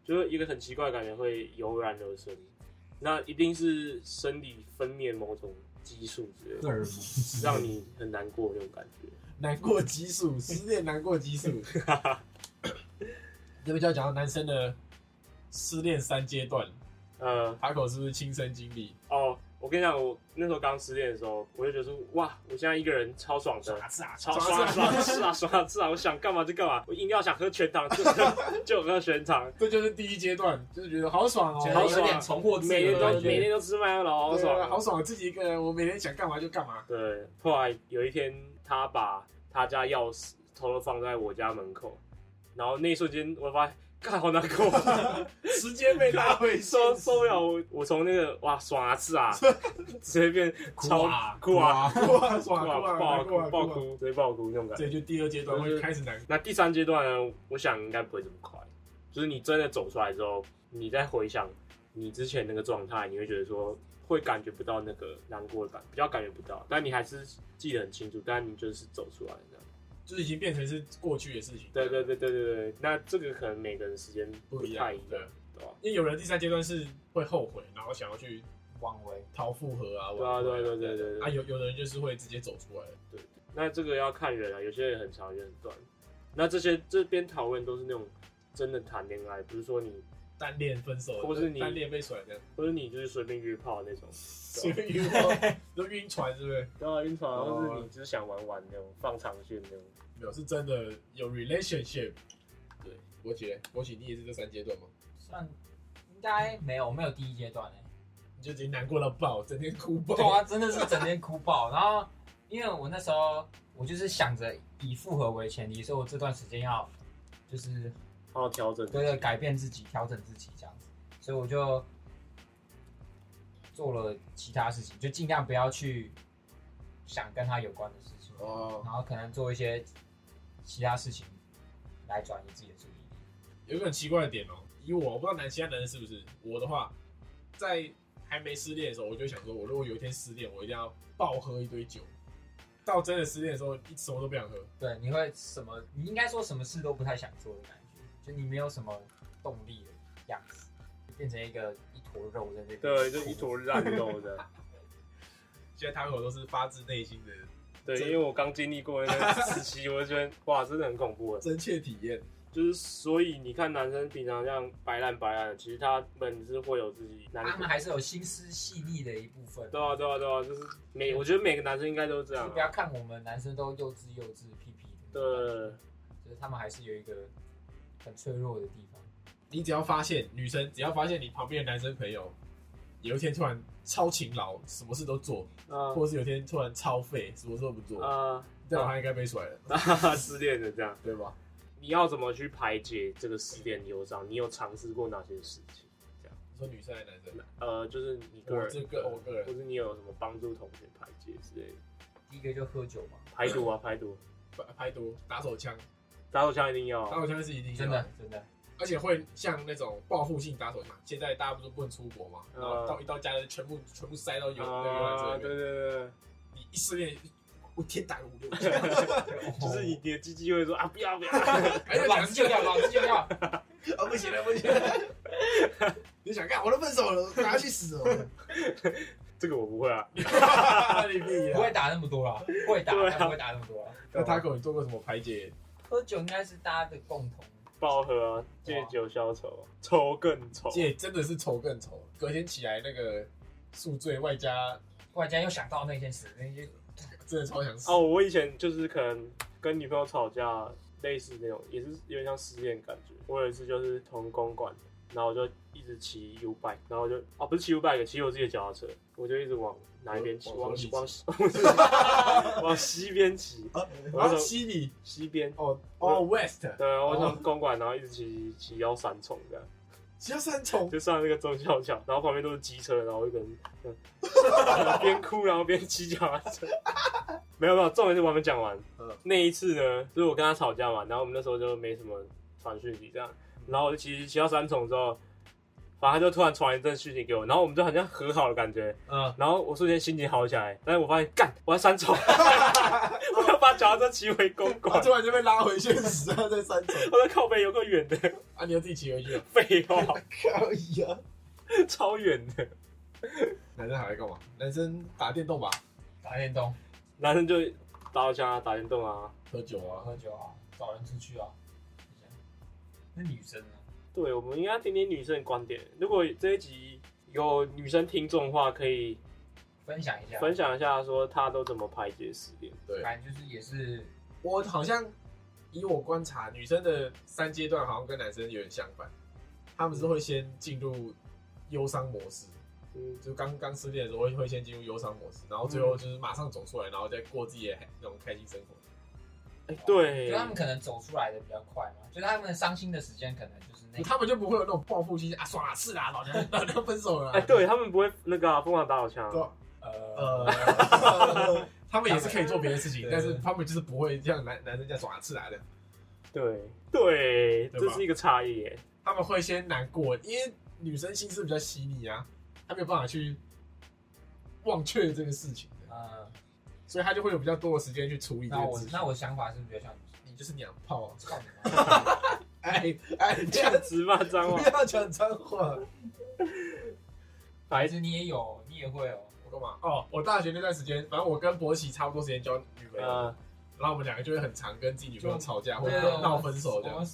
Speaker 2: 就是一个很奇怪的感觉会油然而生。那一定是生理分泌某种激素之类的，
Speaker 3: 个人蒙
Speaker 2: 让你很难过那种感觉。
Speaker 1: 难过激素，失恋难过激素。这边就要讲到男生的失恋三阶段，
Speaker 2: 呃，
Speaker 1: 塔口是不是亲身经历？
Speaker 2: 哦，我跟你讲，我那时候刚失恋的时候，我就觉得说，哇，我现在一个人超爽的，
Speaker 3: 傻
Speaker 1: 啊
Speaker 3: 傻
Speaker 2: 啊超爽爽爽爽爽，我想干嘛就干嘛，我饮料想喝全糖就喝就喝全糖，
Speaker 1: 这就是第一阶段，就是觉得好爽哦，
Speaker 3: 觉
Speaker 2: 好
Speaker 3: 得
Speaker 2: 爽啊
Speaker 3: 有点重获自
Speaker 2: 每
Speaker 3: 由
Speaker 2: 天
Speaker 3: 的
Speaker 2: 都
Speaker 3: 感
Speaker 2: 每
Speaker 3: 觉。
Speaker 2: 天都吃麦当劳，好
Speaker 1: 对啊
Speaker 2: 爽，
Speaker 1: 好。爽，自己一个人，我每天想干嘛就干嘛。
Speaker 2: 对，后来有一天，他把他家钥匙偷偷放在我家门口，然后那一瞬间，我发现，看好难过，
Speaker 1: 时间被拉回
Speaker 2: 受受不了，我我从那个哇爽啊刺啊，直接变超
Speaker 3: 哭啊
Speaker 2: 哭啊
Speaker 1: 哭啊
Speaker 2: 哭
Speaker 1: 爽
Speaker 2: 啊
Speaker 1: 啊哭
Speaker 2: 爆
Speaker 1: 啊
Speaker 2: 哭爆
Speaker 1: 哭啊！
Speaker 2: 哭，直接爆哭那种感觉。
Speaker 1: 这就第二阶段会开始难过，
Speaker 2: 那第三阶段呢，我想应该不会这么快，就是你真的走出来之后，你再回想你之前那个状态，你会觉得说会感觉不到那个难过的感，比较感觉不到，但你还是记得很清楚，但你就是走出来这样。
Speaker 1: 就是已经变成是过去的事情。
Speaker 2: 对对，对对对对，那这个可能每个人时间
Speaker 1: 不
Speaker 2: 不
Speaker 1: 一
Speaker 2: 太
Speaker 1: 样
Speaker 2: 一。
Speaker 1: 对
Speaker 2: 样，，对吧？
Speaker 1: 因为有人第三阶段是会后悔，然后想要去
Speaker 3: 妄为，
Speaker 1: 逃复合啊，
Speaker 2: 对啊
Speaker 1: 挽回
Speaker 2: 对对对对对
Speaker 1: 啊，有有的人就是会直接走出来。
Speaker 2: 那这个要看人啊，有些人很长，有些人很短。那这些这边讨论都是那种真的谈恋爱，不是说你，
Speaker 1: 单恋分手，
Speaker 2: 或是你啊
Speaker 1: 单恋被甩这样，
Speaker 2: 不是你就是随便约炮那种，
Speaker 1: 所以晕船，都晕船是不是？
Speaker 2: 对啊，晕船，
Speaker 1: 哦
Speaker 2: 或是你就是想玩玩那种放长线那种。
Speaker 1: 没有，是真的有 relationship。对，博姐，博姐，你也是这三阶段吗？
Speaker 3: 算应该没有没有第一阶段哎、
Speaker 1: 你就已经难过到爆，整天哭
Speaker 3: 欸。对
Speaker 1: 爆。
Speaker 3: 啊，真的是整天哭爆。然后因为我那时候我就是想着以复合为前提，所以我这段时间要就是
Speaker 2: 好好调整。
Speaker 3: 对对改变自己，调整自己这样子。所以我就做了其他事情，就尽量不要去想跟他有关的事情，
Speaker 1: 哦，
Speaker 3: 然后可能做一些其他事情来转移自己的注意力。
Speaker 1: 有一个很奇怪的点哦、以我我不知道男其他男人是不是，我的话，在还没失恋的时候，我就想说，我如果有一天失恋，我一定要暴喝一堆酒。到真的失恋的时候，一什么都不想喝，
Speaker 3: 对，你会什么？你应该说什么事都不太想做的感觉，就你没有什么动力的样子，变成一个一坨肉在那边。
Speaker 2: 对，就一。坨烂肉的。
Speaker 1: 现在 Taco 都是发自内心的
Speaker 2: 对，
Speaker 1: 真
Speaker 2: 因为我刚经历过那个时期，我就觉得哇，真的很恐怖。啊
Speaker 1: 真切体验。
Speaker 2: 就是所以你看，男生平常这样白烂白烂的，其实他们是会有自己难
Speaker 3: 他们还是有心思细腻的一部分。
Speaker 2: 对啊，对啊，对啊，就是
Speaker 1: 嗯
Speaker 2: 每我觉得每个男生应该都是这样
Speaker 3: 就
Speaker 2: 啊、
Speaker 3: 不要看我们男生都幼稚幼稚屁屁的，
Speaker 2: 对，
Speaker 3: 就是他们还是有一个很脆弱的地方。
Speaker 1: 你只要发现女生，只要发现你旁边的男生朋友有一天突然超勤劳，什么事都做，
Speaker 2: 啊
Speaker 1: 或者是有一天突然超废，什么事都不做，
Speaker 2: 啊
Speaker 1: 代表他应该被甩了，
Speaker 2: 啊，失恋的这样，
Speaker 1: 对吧？
Speaker 2: 你要怎么去排解这个失恋忧伤？你有尝试过哪些事情？
Speaker 1: 你说女生还是男生？
Speaker 2: 呃，就是你个
Speaker 1: 我
Speaker 2: 人，
Speaker 1: 这个我个人
Speaker 2: 或是你有什么帮助同学排解之类的？
Speaker 3: 第一个就喝酒嘛，
Speaker 2: 排 毒啊，排毒，
Speaker 1: 拍拍毒、打手枪，
Speaker 2: 打手枪一定要
Speaker 1: 打
Speaker 2: 啊，
Speaker 1: 手枪是一定要
Speaker 3: 真的，真的，
Speaker 1: 而且会像那种报复性打手枪。现在大家不是不能出国嘛，
Speaker 2: 嗯
Speaker 1: 然后到一到家就全部全部塞到有那个篮
Speaker 2: 啊
Speaker 1: 子
Speaker 2: 对
Speaker 1: 里面，
Speaker 2: 对对，
Speaker 1: 你一失恋，我天打个五六，
Speaker 2: 就是你你的鸡鸡会说啊，不要不要，
Speaker 1: 哎呀，
Speaker 3: 哦老子就要，老子就 要，
Speaker 1: 啊不行了不行了， 你想干我都分手了，打去死哦！
Speaker 2: 这个我不会啊。
Speaker 1: 你屁
Speaker 3: 不会！打那么多啦，会打，
Speaker 2: 对啊
Speaker 3: 但不会打那么多啦。
Speaker 1: 那 Taco 你做过什么排解？
Speaker 3: 喝酒应该是大家的共同，
Speaker 2: 暴喝啊，借酒消愁，愁更愁。
Speaker 1: 戒真的是愁更愁，隔天起来那个宿醉外加
Speaker 3: 外加又想到那件事，那些
Speaker 1: 真的超想死
Speaker 2: 哦，。我以前就是可能跟女朋友吵架，类似那种，也是有点像失恋感觉。我有一次就是从公馆，然后我就一直骑 U bike，然后我就啊不是骑 U bike，骑我自己的脚踏车，我就一直往哪一边骑，往
Speaker 1: 往
Speaker 2: 西
Speaker 1: 西
Speaker 2: 往西往西边骑，
Speaker 1: 然后西啊里
Speaker 2: 西边。
Speaker 1: 哦哦 West，
Speaker 2: 对，我从公馆，然后一直骑骑到三重这样，
Speaker 1: 其他三重
Speaker 2: 就上那个中校桥，然后旁边都是机车，然后我一个人这样边哭然后边骑脚踏车。没有没有，重点是我还没讲完。
Speaker 1: 嗯
Speaker 2: 那一次呢，就是我跟他吵架嘛，然后我们那时候就没什么传讯息这样，然后我就骑骑到三重之后，反正他就突然传一阵讯息给我，然后我们就好像和好的感觉，
Speaker 1: 嗯，
Speaker 2: 然后我瞬间心情好起来，但是我发现干，我在三重， 我要把脚踏车骑回公馆
Speaker 1: 啊，突然就被拉回现实啊，在三重
Speaker 2: 我在靠北有个远的，
Speaker 1: 啊，你要自己骑回去啊？
Speaker 2: 废话，
Speaker 1: 可以啊。
Speaker 2: 超远的。
Speaker 1: 男生还在干嘛？男生打电动吧，
Speaker 3: 打电动、
Speaker 2: 男生就打手枪啊，打电动啊。
Speaker 1: 喝酒啊，
Speaker 3: 喝酒啊，找人出去啊。这样那女生呢？
Speaker 2: 对，我们应该听听女生的观点。如果这一集有女生听众的话，可以
Speaker 3: 分享一下，
Speaker 2: 分享一下说她都怎么排解失恋。
Speaker 1: 对，
Speaker 3: 反正就是也是
Speaker 1: 我好像以我观察，女生的三阶段好像跟男生有点相反，他们是会先进入忧伤模式，
Speaker 2: 嗯，
Speaker 1: 就刚刚失恋的时候会会先进入忧伤模式，然后最后就是马上走出来，然后再过自己的那种开心生活。
Speaker 2: 哎、
Speaker 3: 就
Speaker 2: 对，
Speaker 3: 他们可能走出来的比较快嘛，就是他们伤心的时间可能就是那
Speaker 1: 他们就不会有那种报复心啊，爽啊，是啦，老娘老娘分手了啊、
Speaker 2: 哎、对他们不会那个啊疯、狂打手枪啊、
Speaker 1: 对
Speaker 3: 呃
Speaker 1: 呃，他们也是可以做别的事情，
Speaker 3: 对
Speaker 1: 但是他们就是不会像男男生这样爽啊，是啦的，
Speaker 2: 对对，
Speaker 1: 对吧
Speaker 2: 这是一个差异耶。
Speaker 1: 他们会先难过，因为女生心思比较细腻啊，她没有办法去忘却这个事情的，
Speaker 3: 呃，
Speaker 1: 所以她就会有比较多的时间去处理这
Speaker 3: 那
Speaker 1: 个
Speaker 3: 我
Speaker 1: 事情。
Speaker 3: 那我想法是比较像你，
Speaker 1: 你就是娘炮啊！
Speaker 3: 操 你妈！
Speaker 1: 哎哎，你这
Speaker 2: 这
Speaker 1: 样
Speaker 2: 样
Speaker 1: 子
Speaker 2: 子骂脏
Speaker 1: 不
Speaker 2: 话，
Speaker 1: 要讲脏话。
Speaker 2: 白
Speaker 3: 还
Speaker 2: 痴
Speaker 3: 是你也有，你也会哦。
Speaker 1: 我干嘛？哦，我大学那段时间，反正我跟博奇差不多时间交女朋友，
Speaker 2: 啊！
Speaker 1: 然后我们两个就会很常跟自己女朋友吵架，或
Speaker 3: 呃对
Speaker 1: 者
Speaker 3: 对对
Speaker 1: 闹分手这
Speaker 3: 我
Speaker 1: 样。
Speaker 3: 们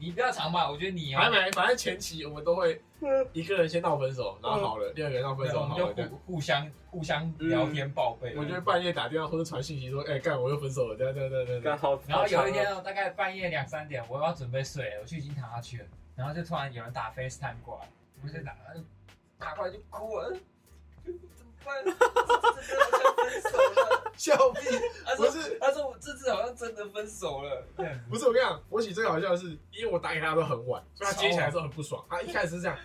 Speaker 3: 你不要长吧，我觉得你
Speaker 1: 还
Speaker 3: 哦，
Speaker 1: 没，反正前期我们都会一个人先闹分手，然后好了，第二个人闹分
Speaker 3: 嗯对
Speaker 1: 手
Speaker 3: 我
Speaker 1: 好
Speaker 3: 们
Speaker 1: 了，这样
Speaker 3: 就。互互相互相聊天报备。
Speaker 1: 我就会半夜打电话或者传讯息说，哎，干我又分手了，这样这样这样这样这
Speaker 2: 刚
Speaker 1: 样。
Speaker 2: 好，
Speaker 3: 然后有一天
Speaker 2: 好长啊，
Speaker 3: 哦，大概半夜两三点，我要准备睡了，我就已经躺下去了，然后就突然有人打 FaceTime 过来，我就打，打过来就哭了，就怎么办？这这这好像分手了，
Speaker 1: 笑屁！
Speaker 3: 他
Speaker 1: 不
Speaker 3: 说
Speaker 1: 是
Speaker 3: 他说我这次好像真的分手了，这样
Speaker 1: 不是，我跟你讲，博喜最好笑的是，因为我打给他都很晚，所以他接起来的时候很不爽。他一开始是这样，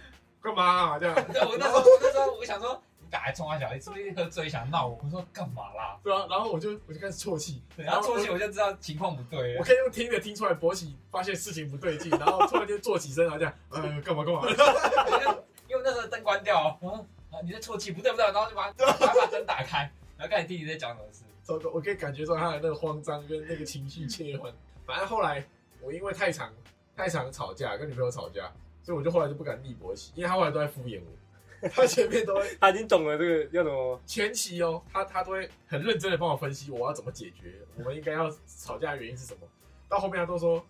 Speaker 1: 干嘛、啊、这样？
Speaker 3: 对，我那时候我那时候我想说，你打来冲他小，你是不是喝醉想闹我？我说干嘛啦？
Speaker 1: 对啊，然后我就我就开始啜泣，
Speaker 3: 对然后出去我就知道情况不对
Speaker 1: 我，
Speaker 3: 了
Speaker 1: 我。可以用听的听出来，勃起发现事情不对劲，然后突然间坐起身，然后这样，呃，干嘛干嘛？
Speaker 3: 我就因为那时候灯关掉，然后啊你在啜泣，不对不对，然后就把把把灯打开，然后看你弟弟在讲什么事。
Speaker 1: 糟糕，我可以感觉到他的那个慌张跟那个情绪切换。反正后来我因为太常太常吵架，跟女朋友吵架，所以我就后来就不敢逆勃起，因为他后来都在敷衍我。他前面都会
Speaker 2: 他已经懂了这个要怎么，
Speaker 1: 前期哦，他他都会很认真的帮我分析我要怎么解决，我们应该要吵架的原因是什么。到后面他都说，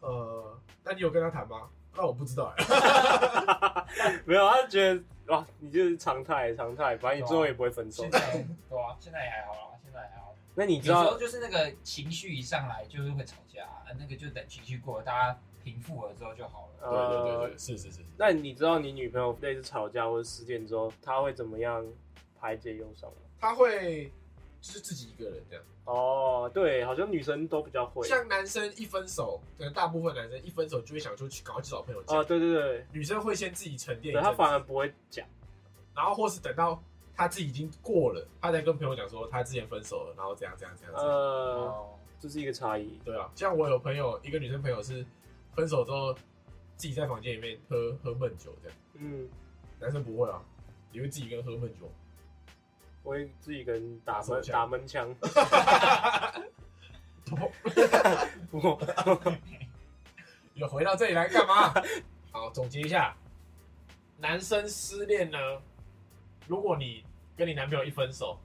Speaker 1: 呃，那你有跟他谈吗？那我不知道、 欸，
Speaker 2: 没有，他觉得哇，你就是常态常态，反正你最后也不会分手
Speaker 3: 现。在对啊，现在也还好啦，现在也还好。
Speaker 2: 那你
Speaker 3: 有
Speaker 2: 知
Speaker 3: 时候
Speaker 2: 道
Speaker 3: 就是那个情绪一上来就是会吵架，啊那个就等情绪过了，大家平复了之后就好了。
Speaker 1: 对对对
Speaker 2: 呃，
Speaker 1: 对，是是是，
Speaker 2: 那你知道你女朋友类似吵架或者事件之后，她会怎么样排解忧伤吗？
Speaker 1: 他会就是自己一个人这样。
Speaker 2: 哦，对，好像女生都比较会。
Speaker 1: 像男生一分手，可能大部分男生一分手就会想说去赶快去找朋友讲，
Speaker 2: 啊，对对对，
Speaker 1: 女生会先自己沉淀一
Speaker 2: 对
Speaker 1: 阵
Speaker 2: 她
Speaker 1: 子，
Speaker 2: 反而不会讲。
Speaker 1: 然后或是等到她自己已经过了，她才跟朋友讲说她之前分手了，然后怎样怎样怎样怎样。
Speaker 2: 呃，
Speaker 3: 哦，
Speaker 2: 这是一个差异。
Speaker 1: 对啊，像我有朋友，一个女生朋友是分手之后自己在房间里面喝喝闷酒这样，
Speaker 2: 嗯，
Speaker 1: 男生不会啊，你会自己一个人喝闷 酒，
Speaker 2: 我会自己跟打
Speaker 1: 打手
Speaker 2: 闷
Speaker 1: 枪
Speaker 2: 打闷 枪。我
Speaker 1: 有回到这里来干嘛？ 好，总结一下，男生失恋呢，如果你跟你男朋友一分手，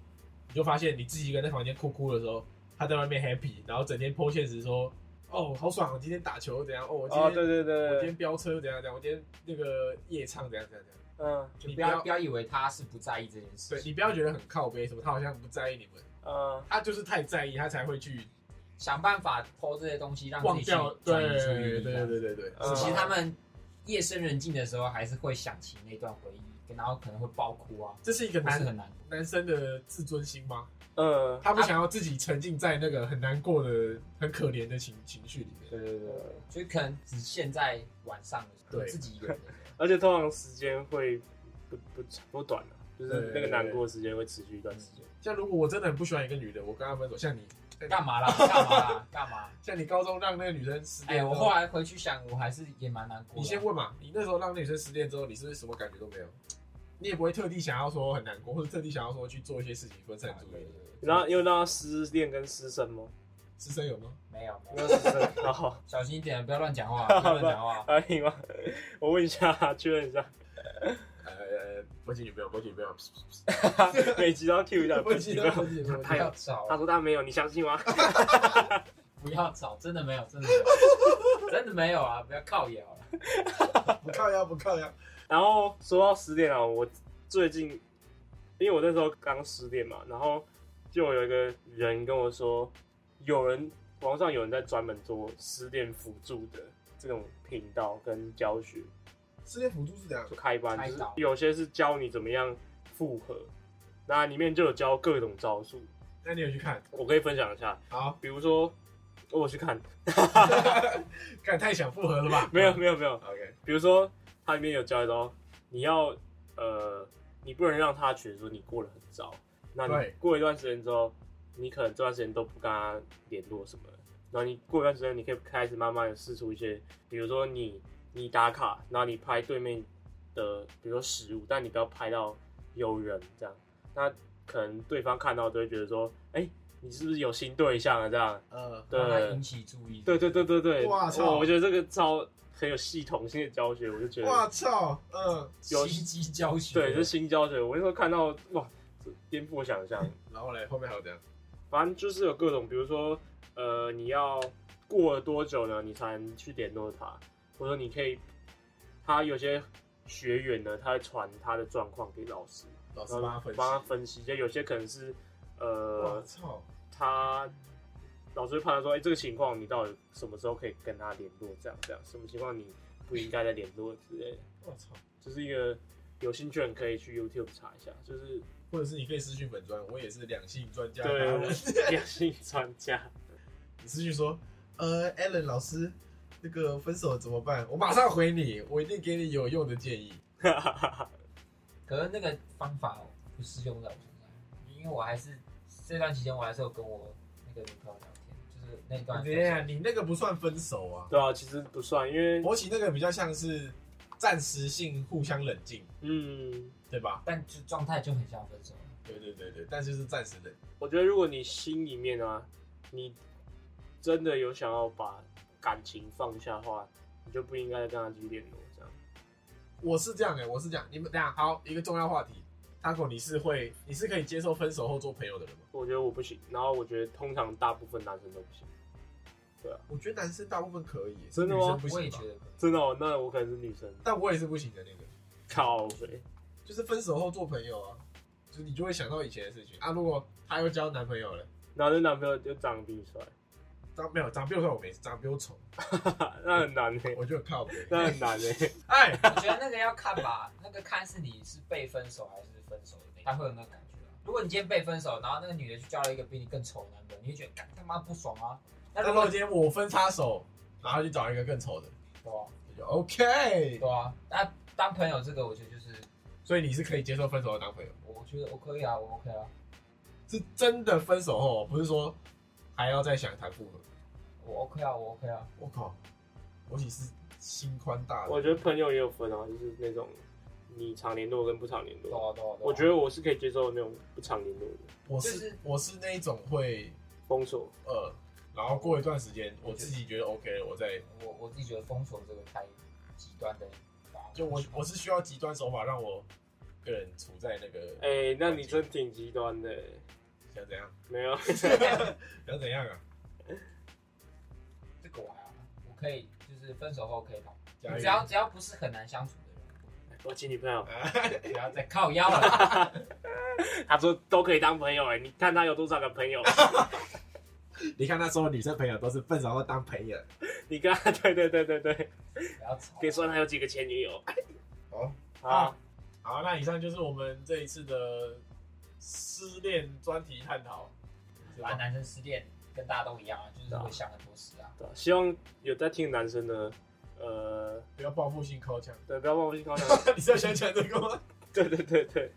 Speaker 1: 你就发现你自己一个人在房间哭哭的时候，他在外面 happy，然后整天 po 现实说，哦，好爽，我今天打球怎样？哦，我今天、
Speaker 2: 哦，对对
Speaker 1: 我
Speaker 2: 对
Speaker 1: 今
Speaker 2: 对，
Speaker 1: 天飙车怎样怎样？我今天那个夜唱怎样怎样怎样？
Speaker 2: 嗯
Speaker 1: 你
Speaker 3: 你
Speaker 1: 不
Speaker 3: 不
Speaker 1: 要
Speaker 3: 要不要以为他是不在意这件事
Speaker 1: 对
Speaker 3: 情，
Speaker 1: 你不要觉得很靠背，什么他好像不在意你们，
Speaker 2: 嗯，
Speaker 1: 他就是太在意，他才会去
Speaker 3: 想办法剖这些东西让自
Speaker 1: 忘
Speaker 3: 己去
Speaker 1: 掉。
Speaker 3: 转
Speaker 1: 对
Speaker 3: 移
Speaker 1: 对
Speaker 3: 注意
Speaker 1: 对
Speaker 3: 力。这样
Speaker 1: 对对对，
Speaker 2: 嗯
Speaker 3: 其实他们夜深人静的时候，还是会想起那段回忆，然后可能会爆哭啊，
Speaker 1: 这是一个
Speaker 3: 不是
Speaker 1: 男
Speaker 3: 很难过。
Speaker 1: 男生的自尊心吗？
Speaker 2: 嗯，
Speaker 1: 他不想要自己沉浸在那个很难过的、很可怜的情情绪里面。
Speaker 2: 对对对。
Speaker 3: 所以可能只限在晚上的时候，
Speaker 1: 对
Speaker 3: 自己一个人的时候。
Speaker 2: 而且通常时间会不不不短啊，就是那个难过的时间会持续一段时间。
Speaker 1: 像如果我真的很不喜欢一个女的，我跟她分手，像你，像
Speaker 3: 干
Speaker 1: 你
Speaker 3: 嘛啦？干嘛啦？干嘛？
Speaker 1: 像你高中让那个女生失
Speaker 3: 哎、
Speaker 1: 恋之后，
Speaker 3: 我后来回去想，我还是也蛮难过的。啊
Speaker 1: 你先问嘛，你那时候让那女生失恋之后，你是不是什么感觉都没有？你也不会特地想要说很难过，或者特地想要说去做一些事情分散注意力。
Speaker 2: 然后又让他失恋跟失声吗？
Speaker 1: 师生有吗？
Speaker 3: 没有，没
Speaker 2: 没有
Speaker 3: 有，
Speaker 2: 失 声，然后
Speaker 3: 小心一点，不要乱讲话，不要乱 讲话。
Speaker 2: 还有吗？我问一下，确认一 下，
Speaker 1: 呃，波姐女朋友，波姐女朋友，
Speaker 2: 每集都要 Q 一下。
Speaker 1: 波姐女朋友，波姐女
Speaker 3: 不
Speaker 1: 朋
Speaker 3: 要
Speaker 1: 友，
Speaker 3: 找
Speaker 2: 他，说他没有，你相信 吗？
Speaker 3: 不要找，真的没有，真的没有，真的没有啊！不要靠谣了。
Speaker 1: 不靠呀，不靠呀。
Speaker 2: 然后说到失恋啊，我最近因为我那时候刚失恋嘛，然后就有一个人跟我说，有人网上有人在专门做失恋辅助的这种频道跟教学，
Speaker 1: 失恋辅助是怎样
Speaker 2: 就？开班，
Speaker 3: 开
Speaker 2: 就是
Speaker 3: 导
Speaker 2: 有些是教你怎么样复合，那里面就有教各种招数，
Speaker 1: 那你有去看？
Speaker 2: 我可以分享一下，
Speaker 1: 好，
Speaker 2: 比如说我去看，
Speaker 1: 看太想复合了吧？
Speaker 2: 没有没有没有，
Speaker 1: OK，
Speaker 2: 比如说它里面有教一招，你要呃，你不能让他觉得说你过得很糟。那你
Speaker 1: 对
Speaker 2: 过一段时间之后，你可能这段时间都不跟他联络什么的，然后你过一段时间，你可以开始慢慢的试出一些，比如说你你打卡，然后你拍对面的，比如说食物，但你不要拍到有人这样，那可能对方看到都会觉得说，哎、你是不是有新对象了这样？
Speaker 1: 呃，
Speaker 2: 对
Speaker 3: 让他引起注意。
Speaker 2: 对对对对对，哦
Speaker 1: 哇操
Speaker 2: 我觉得这个招很有系统性的教学，我就觉得
Speaker 1: 哇操，嗯。
Speaker 2: 有
Speaker 3: 袭击教学。
Speaker 2: 对，这新教学，我那时候看到哇，这颠覆我想象。
Speaker 1: 然后嘞，后面还有这样，
Speaker 2: 反正就是有各种，比如说，呃，你要过了多久呢，你才能去联络他，或者你可以，他有些学员呢，他会传他的状况给老师，
Speaker 1: 老师
Speaker 2: 然
Speaker 1: 哦帮他
Speaker 2: 后
Speaker 1: 分析。
Speaker 2: 帮他嗯分析，就有些可能是，
Speaker 1: 我
Speaker 2: 呃，
Speaker 1: 操，
Speaker 2: 他老师会判断说，哎、这个情况你到底什么时候可以跟他联络，这样这样，什么情况你不应该再联络之类的，
Speaker 1: 我操，
Speaker 2: 就是一个有兴趣的人可以去 YouTube 查一下，就是
Speaker 1: 或者是你可以私讯本专，我也是两性专家。
Speaker 2: 对，啊
Speaker 1: 然后
Speaker 2: 我两性专家。
Speaker 1: 你私讯说， 呃，Allen 老师，那个分手怎么办？我马上回你，我一定给你有用的建议。
Speaker 3: 可是那个方法不适用在我身上，因为我还是这段期间我还是有跟我那个女朋友聊天，就是那段
Speaker 1: 对呀，你那个不算分手啊，
Speaker 2: 对啊，其实不算，因为
Speaker 1: 博奇那个比较像是暂时性互相冷静，
Speaker 2: 嗯，
Speaker 1: 对吧？
Speaker 3: 但就状态就很像分手了。
Speaker 1: 对对对对，但就是暂时冷。
Speaker 2: 我觉得如果你心里面啊，你真的有想要把感情放下的话，你就不应该跟他继续联络这样。
Speaker 1: 我是这样哎、我是这样，你们等一下好一个重要话题，Taco，你是会你是可以接受分手后做朋友的人吗？
Speaker 2: 我觉得我不行，然后我觉得通常大部分男生都不行，
Speaker 1: 我觉得男生大部分可以、
Speaker 2: 真的吗
Speaker 1: 女生不
Speaker 3: 我也
Speaker 1: 行吧
Speaker 3: 觉得可以，
Speaker 2: 真的、哦，那我可能是女生，
Speaker 1: 但我也是不行的那个，
Speaker 2: 靠北，
Speaker 1: 就是分手后做朋友啊，就是你就会想到以前的事情啊。如果她又交男朋友了，
Speaker 2: 然后那男朋友就长得比你帅，
Speaker 1: 长没有长比我帅，我没长比我丑，
Speaker 2: 那很难呢、欸
Speaker 1: 我就很靠谱。
Speaker 2: 那很难呢、欸
Speaker 1: 哎，
Speaker 3: 我觉得那个要看 吧，那个看是你是被分手还是分手的那个，他会有那个感觉啊。如果你今天被分手，然后那个女的去交了一个比你更丑的男朋友，你会觉得干他妈不爽啊。那
Speaker 1: 那
Speaker 3: 如
Speaker 1: 如
Speaker 3: 果
Speaker 1: 果今天我分叉手，然后去找一个更丑的，
Speaker 3: 对啊，
Speaker 1: 我就 OK。
Speaker 3: 对啊，那当朋友这个，我觉得就是
Speaker 1: 所以你是可以接受分手的当朋友，
Speaker 3: 我觉得我可以啊，我 OK 啊，
Speaker 1: 是真的分手后，不是说还要再想谈复合。
Speaker 3: 我 OK 啊，我 OK 啊。
Speaker 1: 我靠，我只是心宽大的。
Speaker 2: 我觉得朋友也有分啊，就是那种你常联络跟不常联
Speaker 3: 对
Speaker 2: 络。
Speaker 3: 啊对啊，
Speaker 2: 我觉
Speaker 3: 得
Speaker 2: 得我是可以接受那种不常联络的
Speaker 1: 我是、
Speaker 3: 就是
Speaker 1: 我是那一种会
Speaker 2: 封锁，
Speaker 1: 呃，然后过一段时间我自己觉得 OK 了，我再
Speaker 3: 我我自己觉得封锁这个太极端的法
Speaker 1: 就我我是需要极端手法让我个人处在那个
Speaker 2: 哎、那你真挺极端的、
Speaker 1: 想怎样
Speaker 2: 没有，
Speaker 1: 想怎样啊，
Speaker 3: 这个我还好，我可以就是分手后可以吧，
Speaker 1: 加
Speaker 3: 只
Speaker 1: 油
Speaker 3: 要只要不是很难相处的
Speaker 2: 我请女朋友，
Speaker 1: 啊
Speaker 3: 人，不要再靠腰 了。
Speaker 2: 他说都可以当朋友、哎，你看他有多少个朋友，
Speaker 1: 你看那时候女生朋友都是分手后当朋友。
Speaker 2: 你跟他， 对对对对对，
Speaker 3: 不要吵
Speaker 2: 可以。算他有几个前女友。
Speaker 1: 好，
Speaker 2: 啊，
Speaker 1: 哦好，那以上就是我们这一次的失恋专题探讨。是
Speaker 3: 啊，
Speaker 1: 吧
Speaker 3: 男生失恋跟大家都一样啊，就是会想很多事啊。
Speaker 2: 对啊希望有在听的男生呢，呃，
Speaker 1: 不要报复性靠墙，
Speaker 2: 对，不要忘记高强，
Speaker 1: 你是要想起来这个吗？
Speaker 2: 对对对对，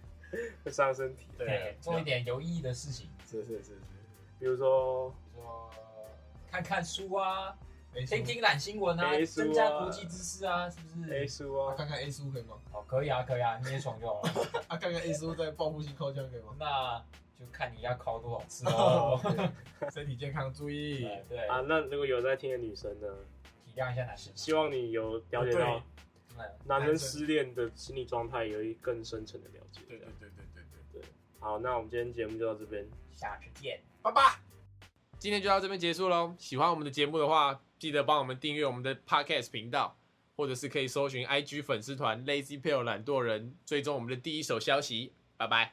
Speaker 2: 会伤身体，
Speaker 1: 啊
Speaker 3: 对，做一，点有意义的事情，
Speaker 1: 是是是
Speaker 2: 比如说，
Speaker 3: 比如说看看书啊，
Speaker 1: 是。
Speaker 3: 听听懒新闻啊，
Speaker 2: A 书啊
Speaker 3: 增加国际知识啊，是不
Speaker 2: 哎，
Speaker 3: 是？
Speaker 2: 叔啊
Speaker 1: 啊，，看看 A 书可以吗？
Speaker 3: 哦，可以啊，可以啊，你也爽就好了。
Speaker 1: 啊，看看 A 书在报复性靠墙可以 吗？
Speaker 3: 那就看你要考多少次
Speaker 1: 哦
Speaker 3: 喽。，
Speaker 1: 身体健康，注意。
Speaker 3: 对 对，
Speaker 2: 啊，那如果有在听的女生呢，
Speaker 3: 体谅一下男生。
Speaker 2: 希望你有了解到
Speaker 3: 对
Speaker 2: 男生失恋的心理状态，有一更深层的了解。
Speaker 1: 对对对对对对，
Speaker 2: 好，那我们今天节目就到这边。
Speaker 3: 下次见。
Speaker 1: 拜拜。今天就到这边结束喽。喜欢我们的节目的话，记得帮我们订阅我们的 Podcast 频道，或者是可以搜寻 IG 粉丝团 Lazy p a l e 懒惰人，追踪我们的第一手消息。拜拜。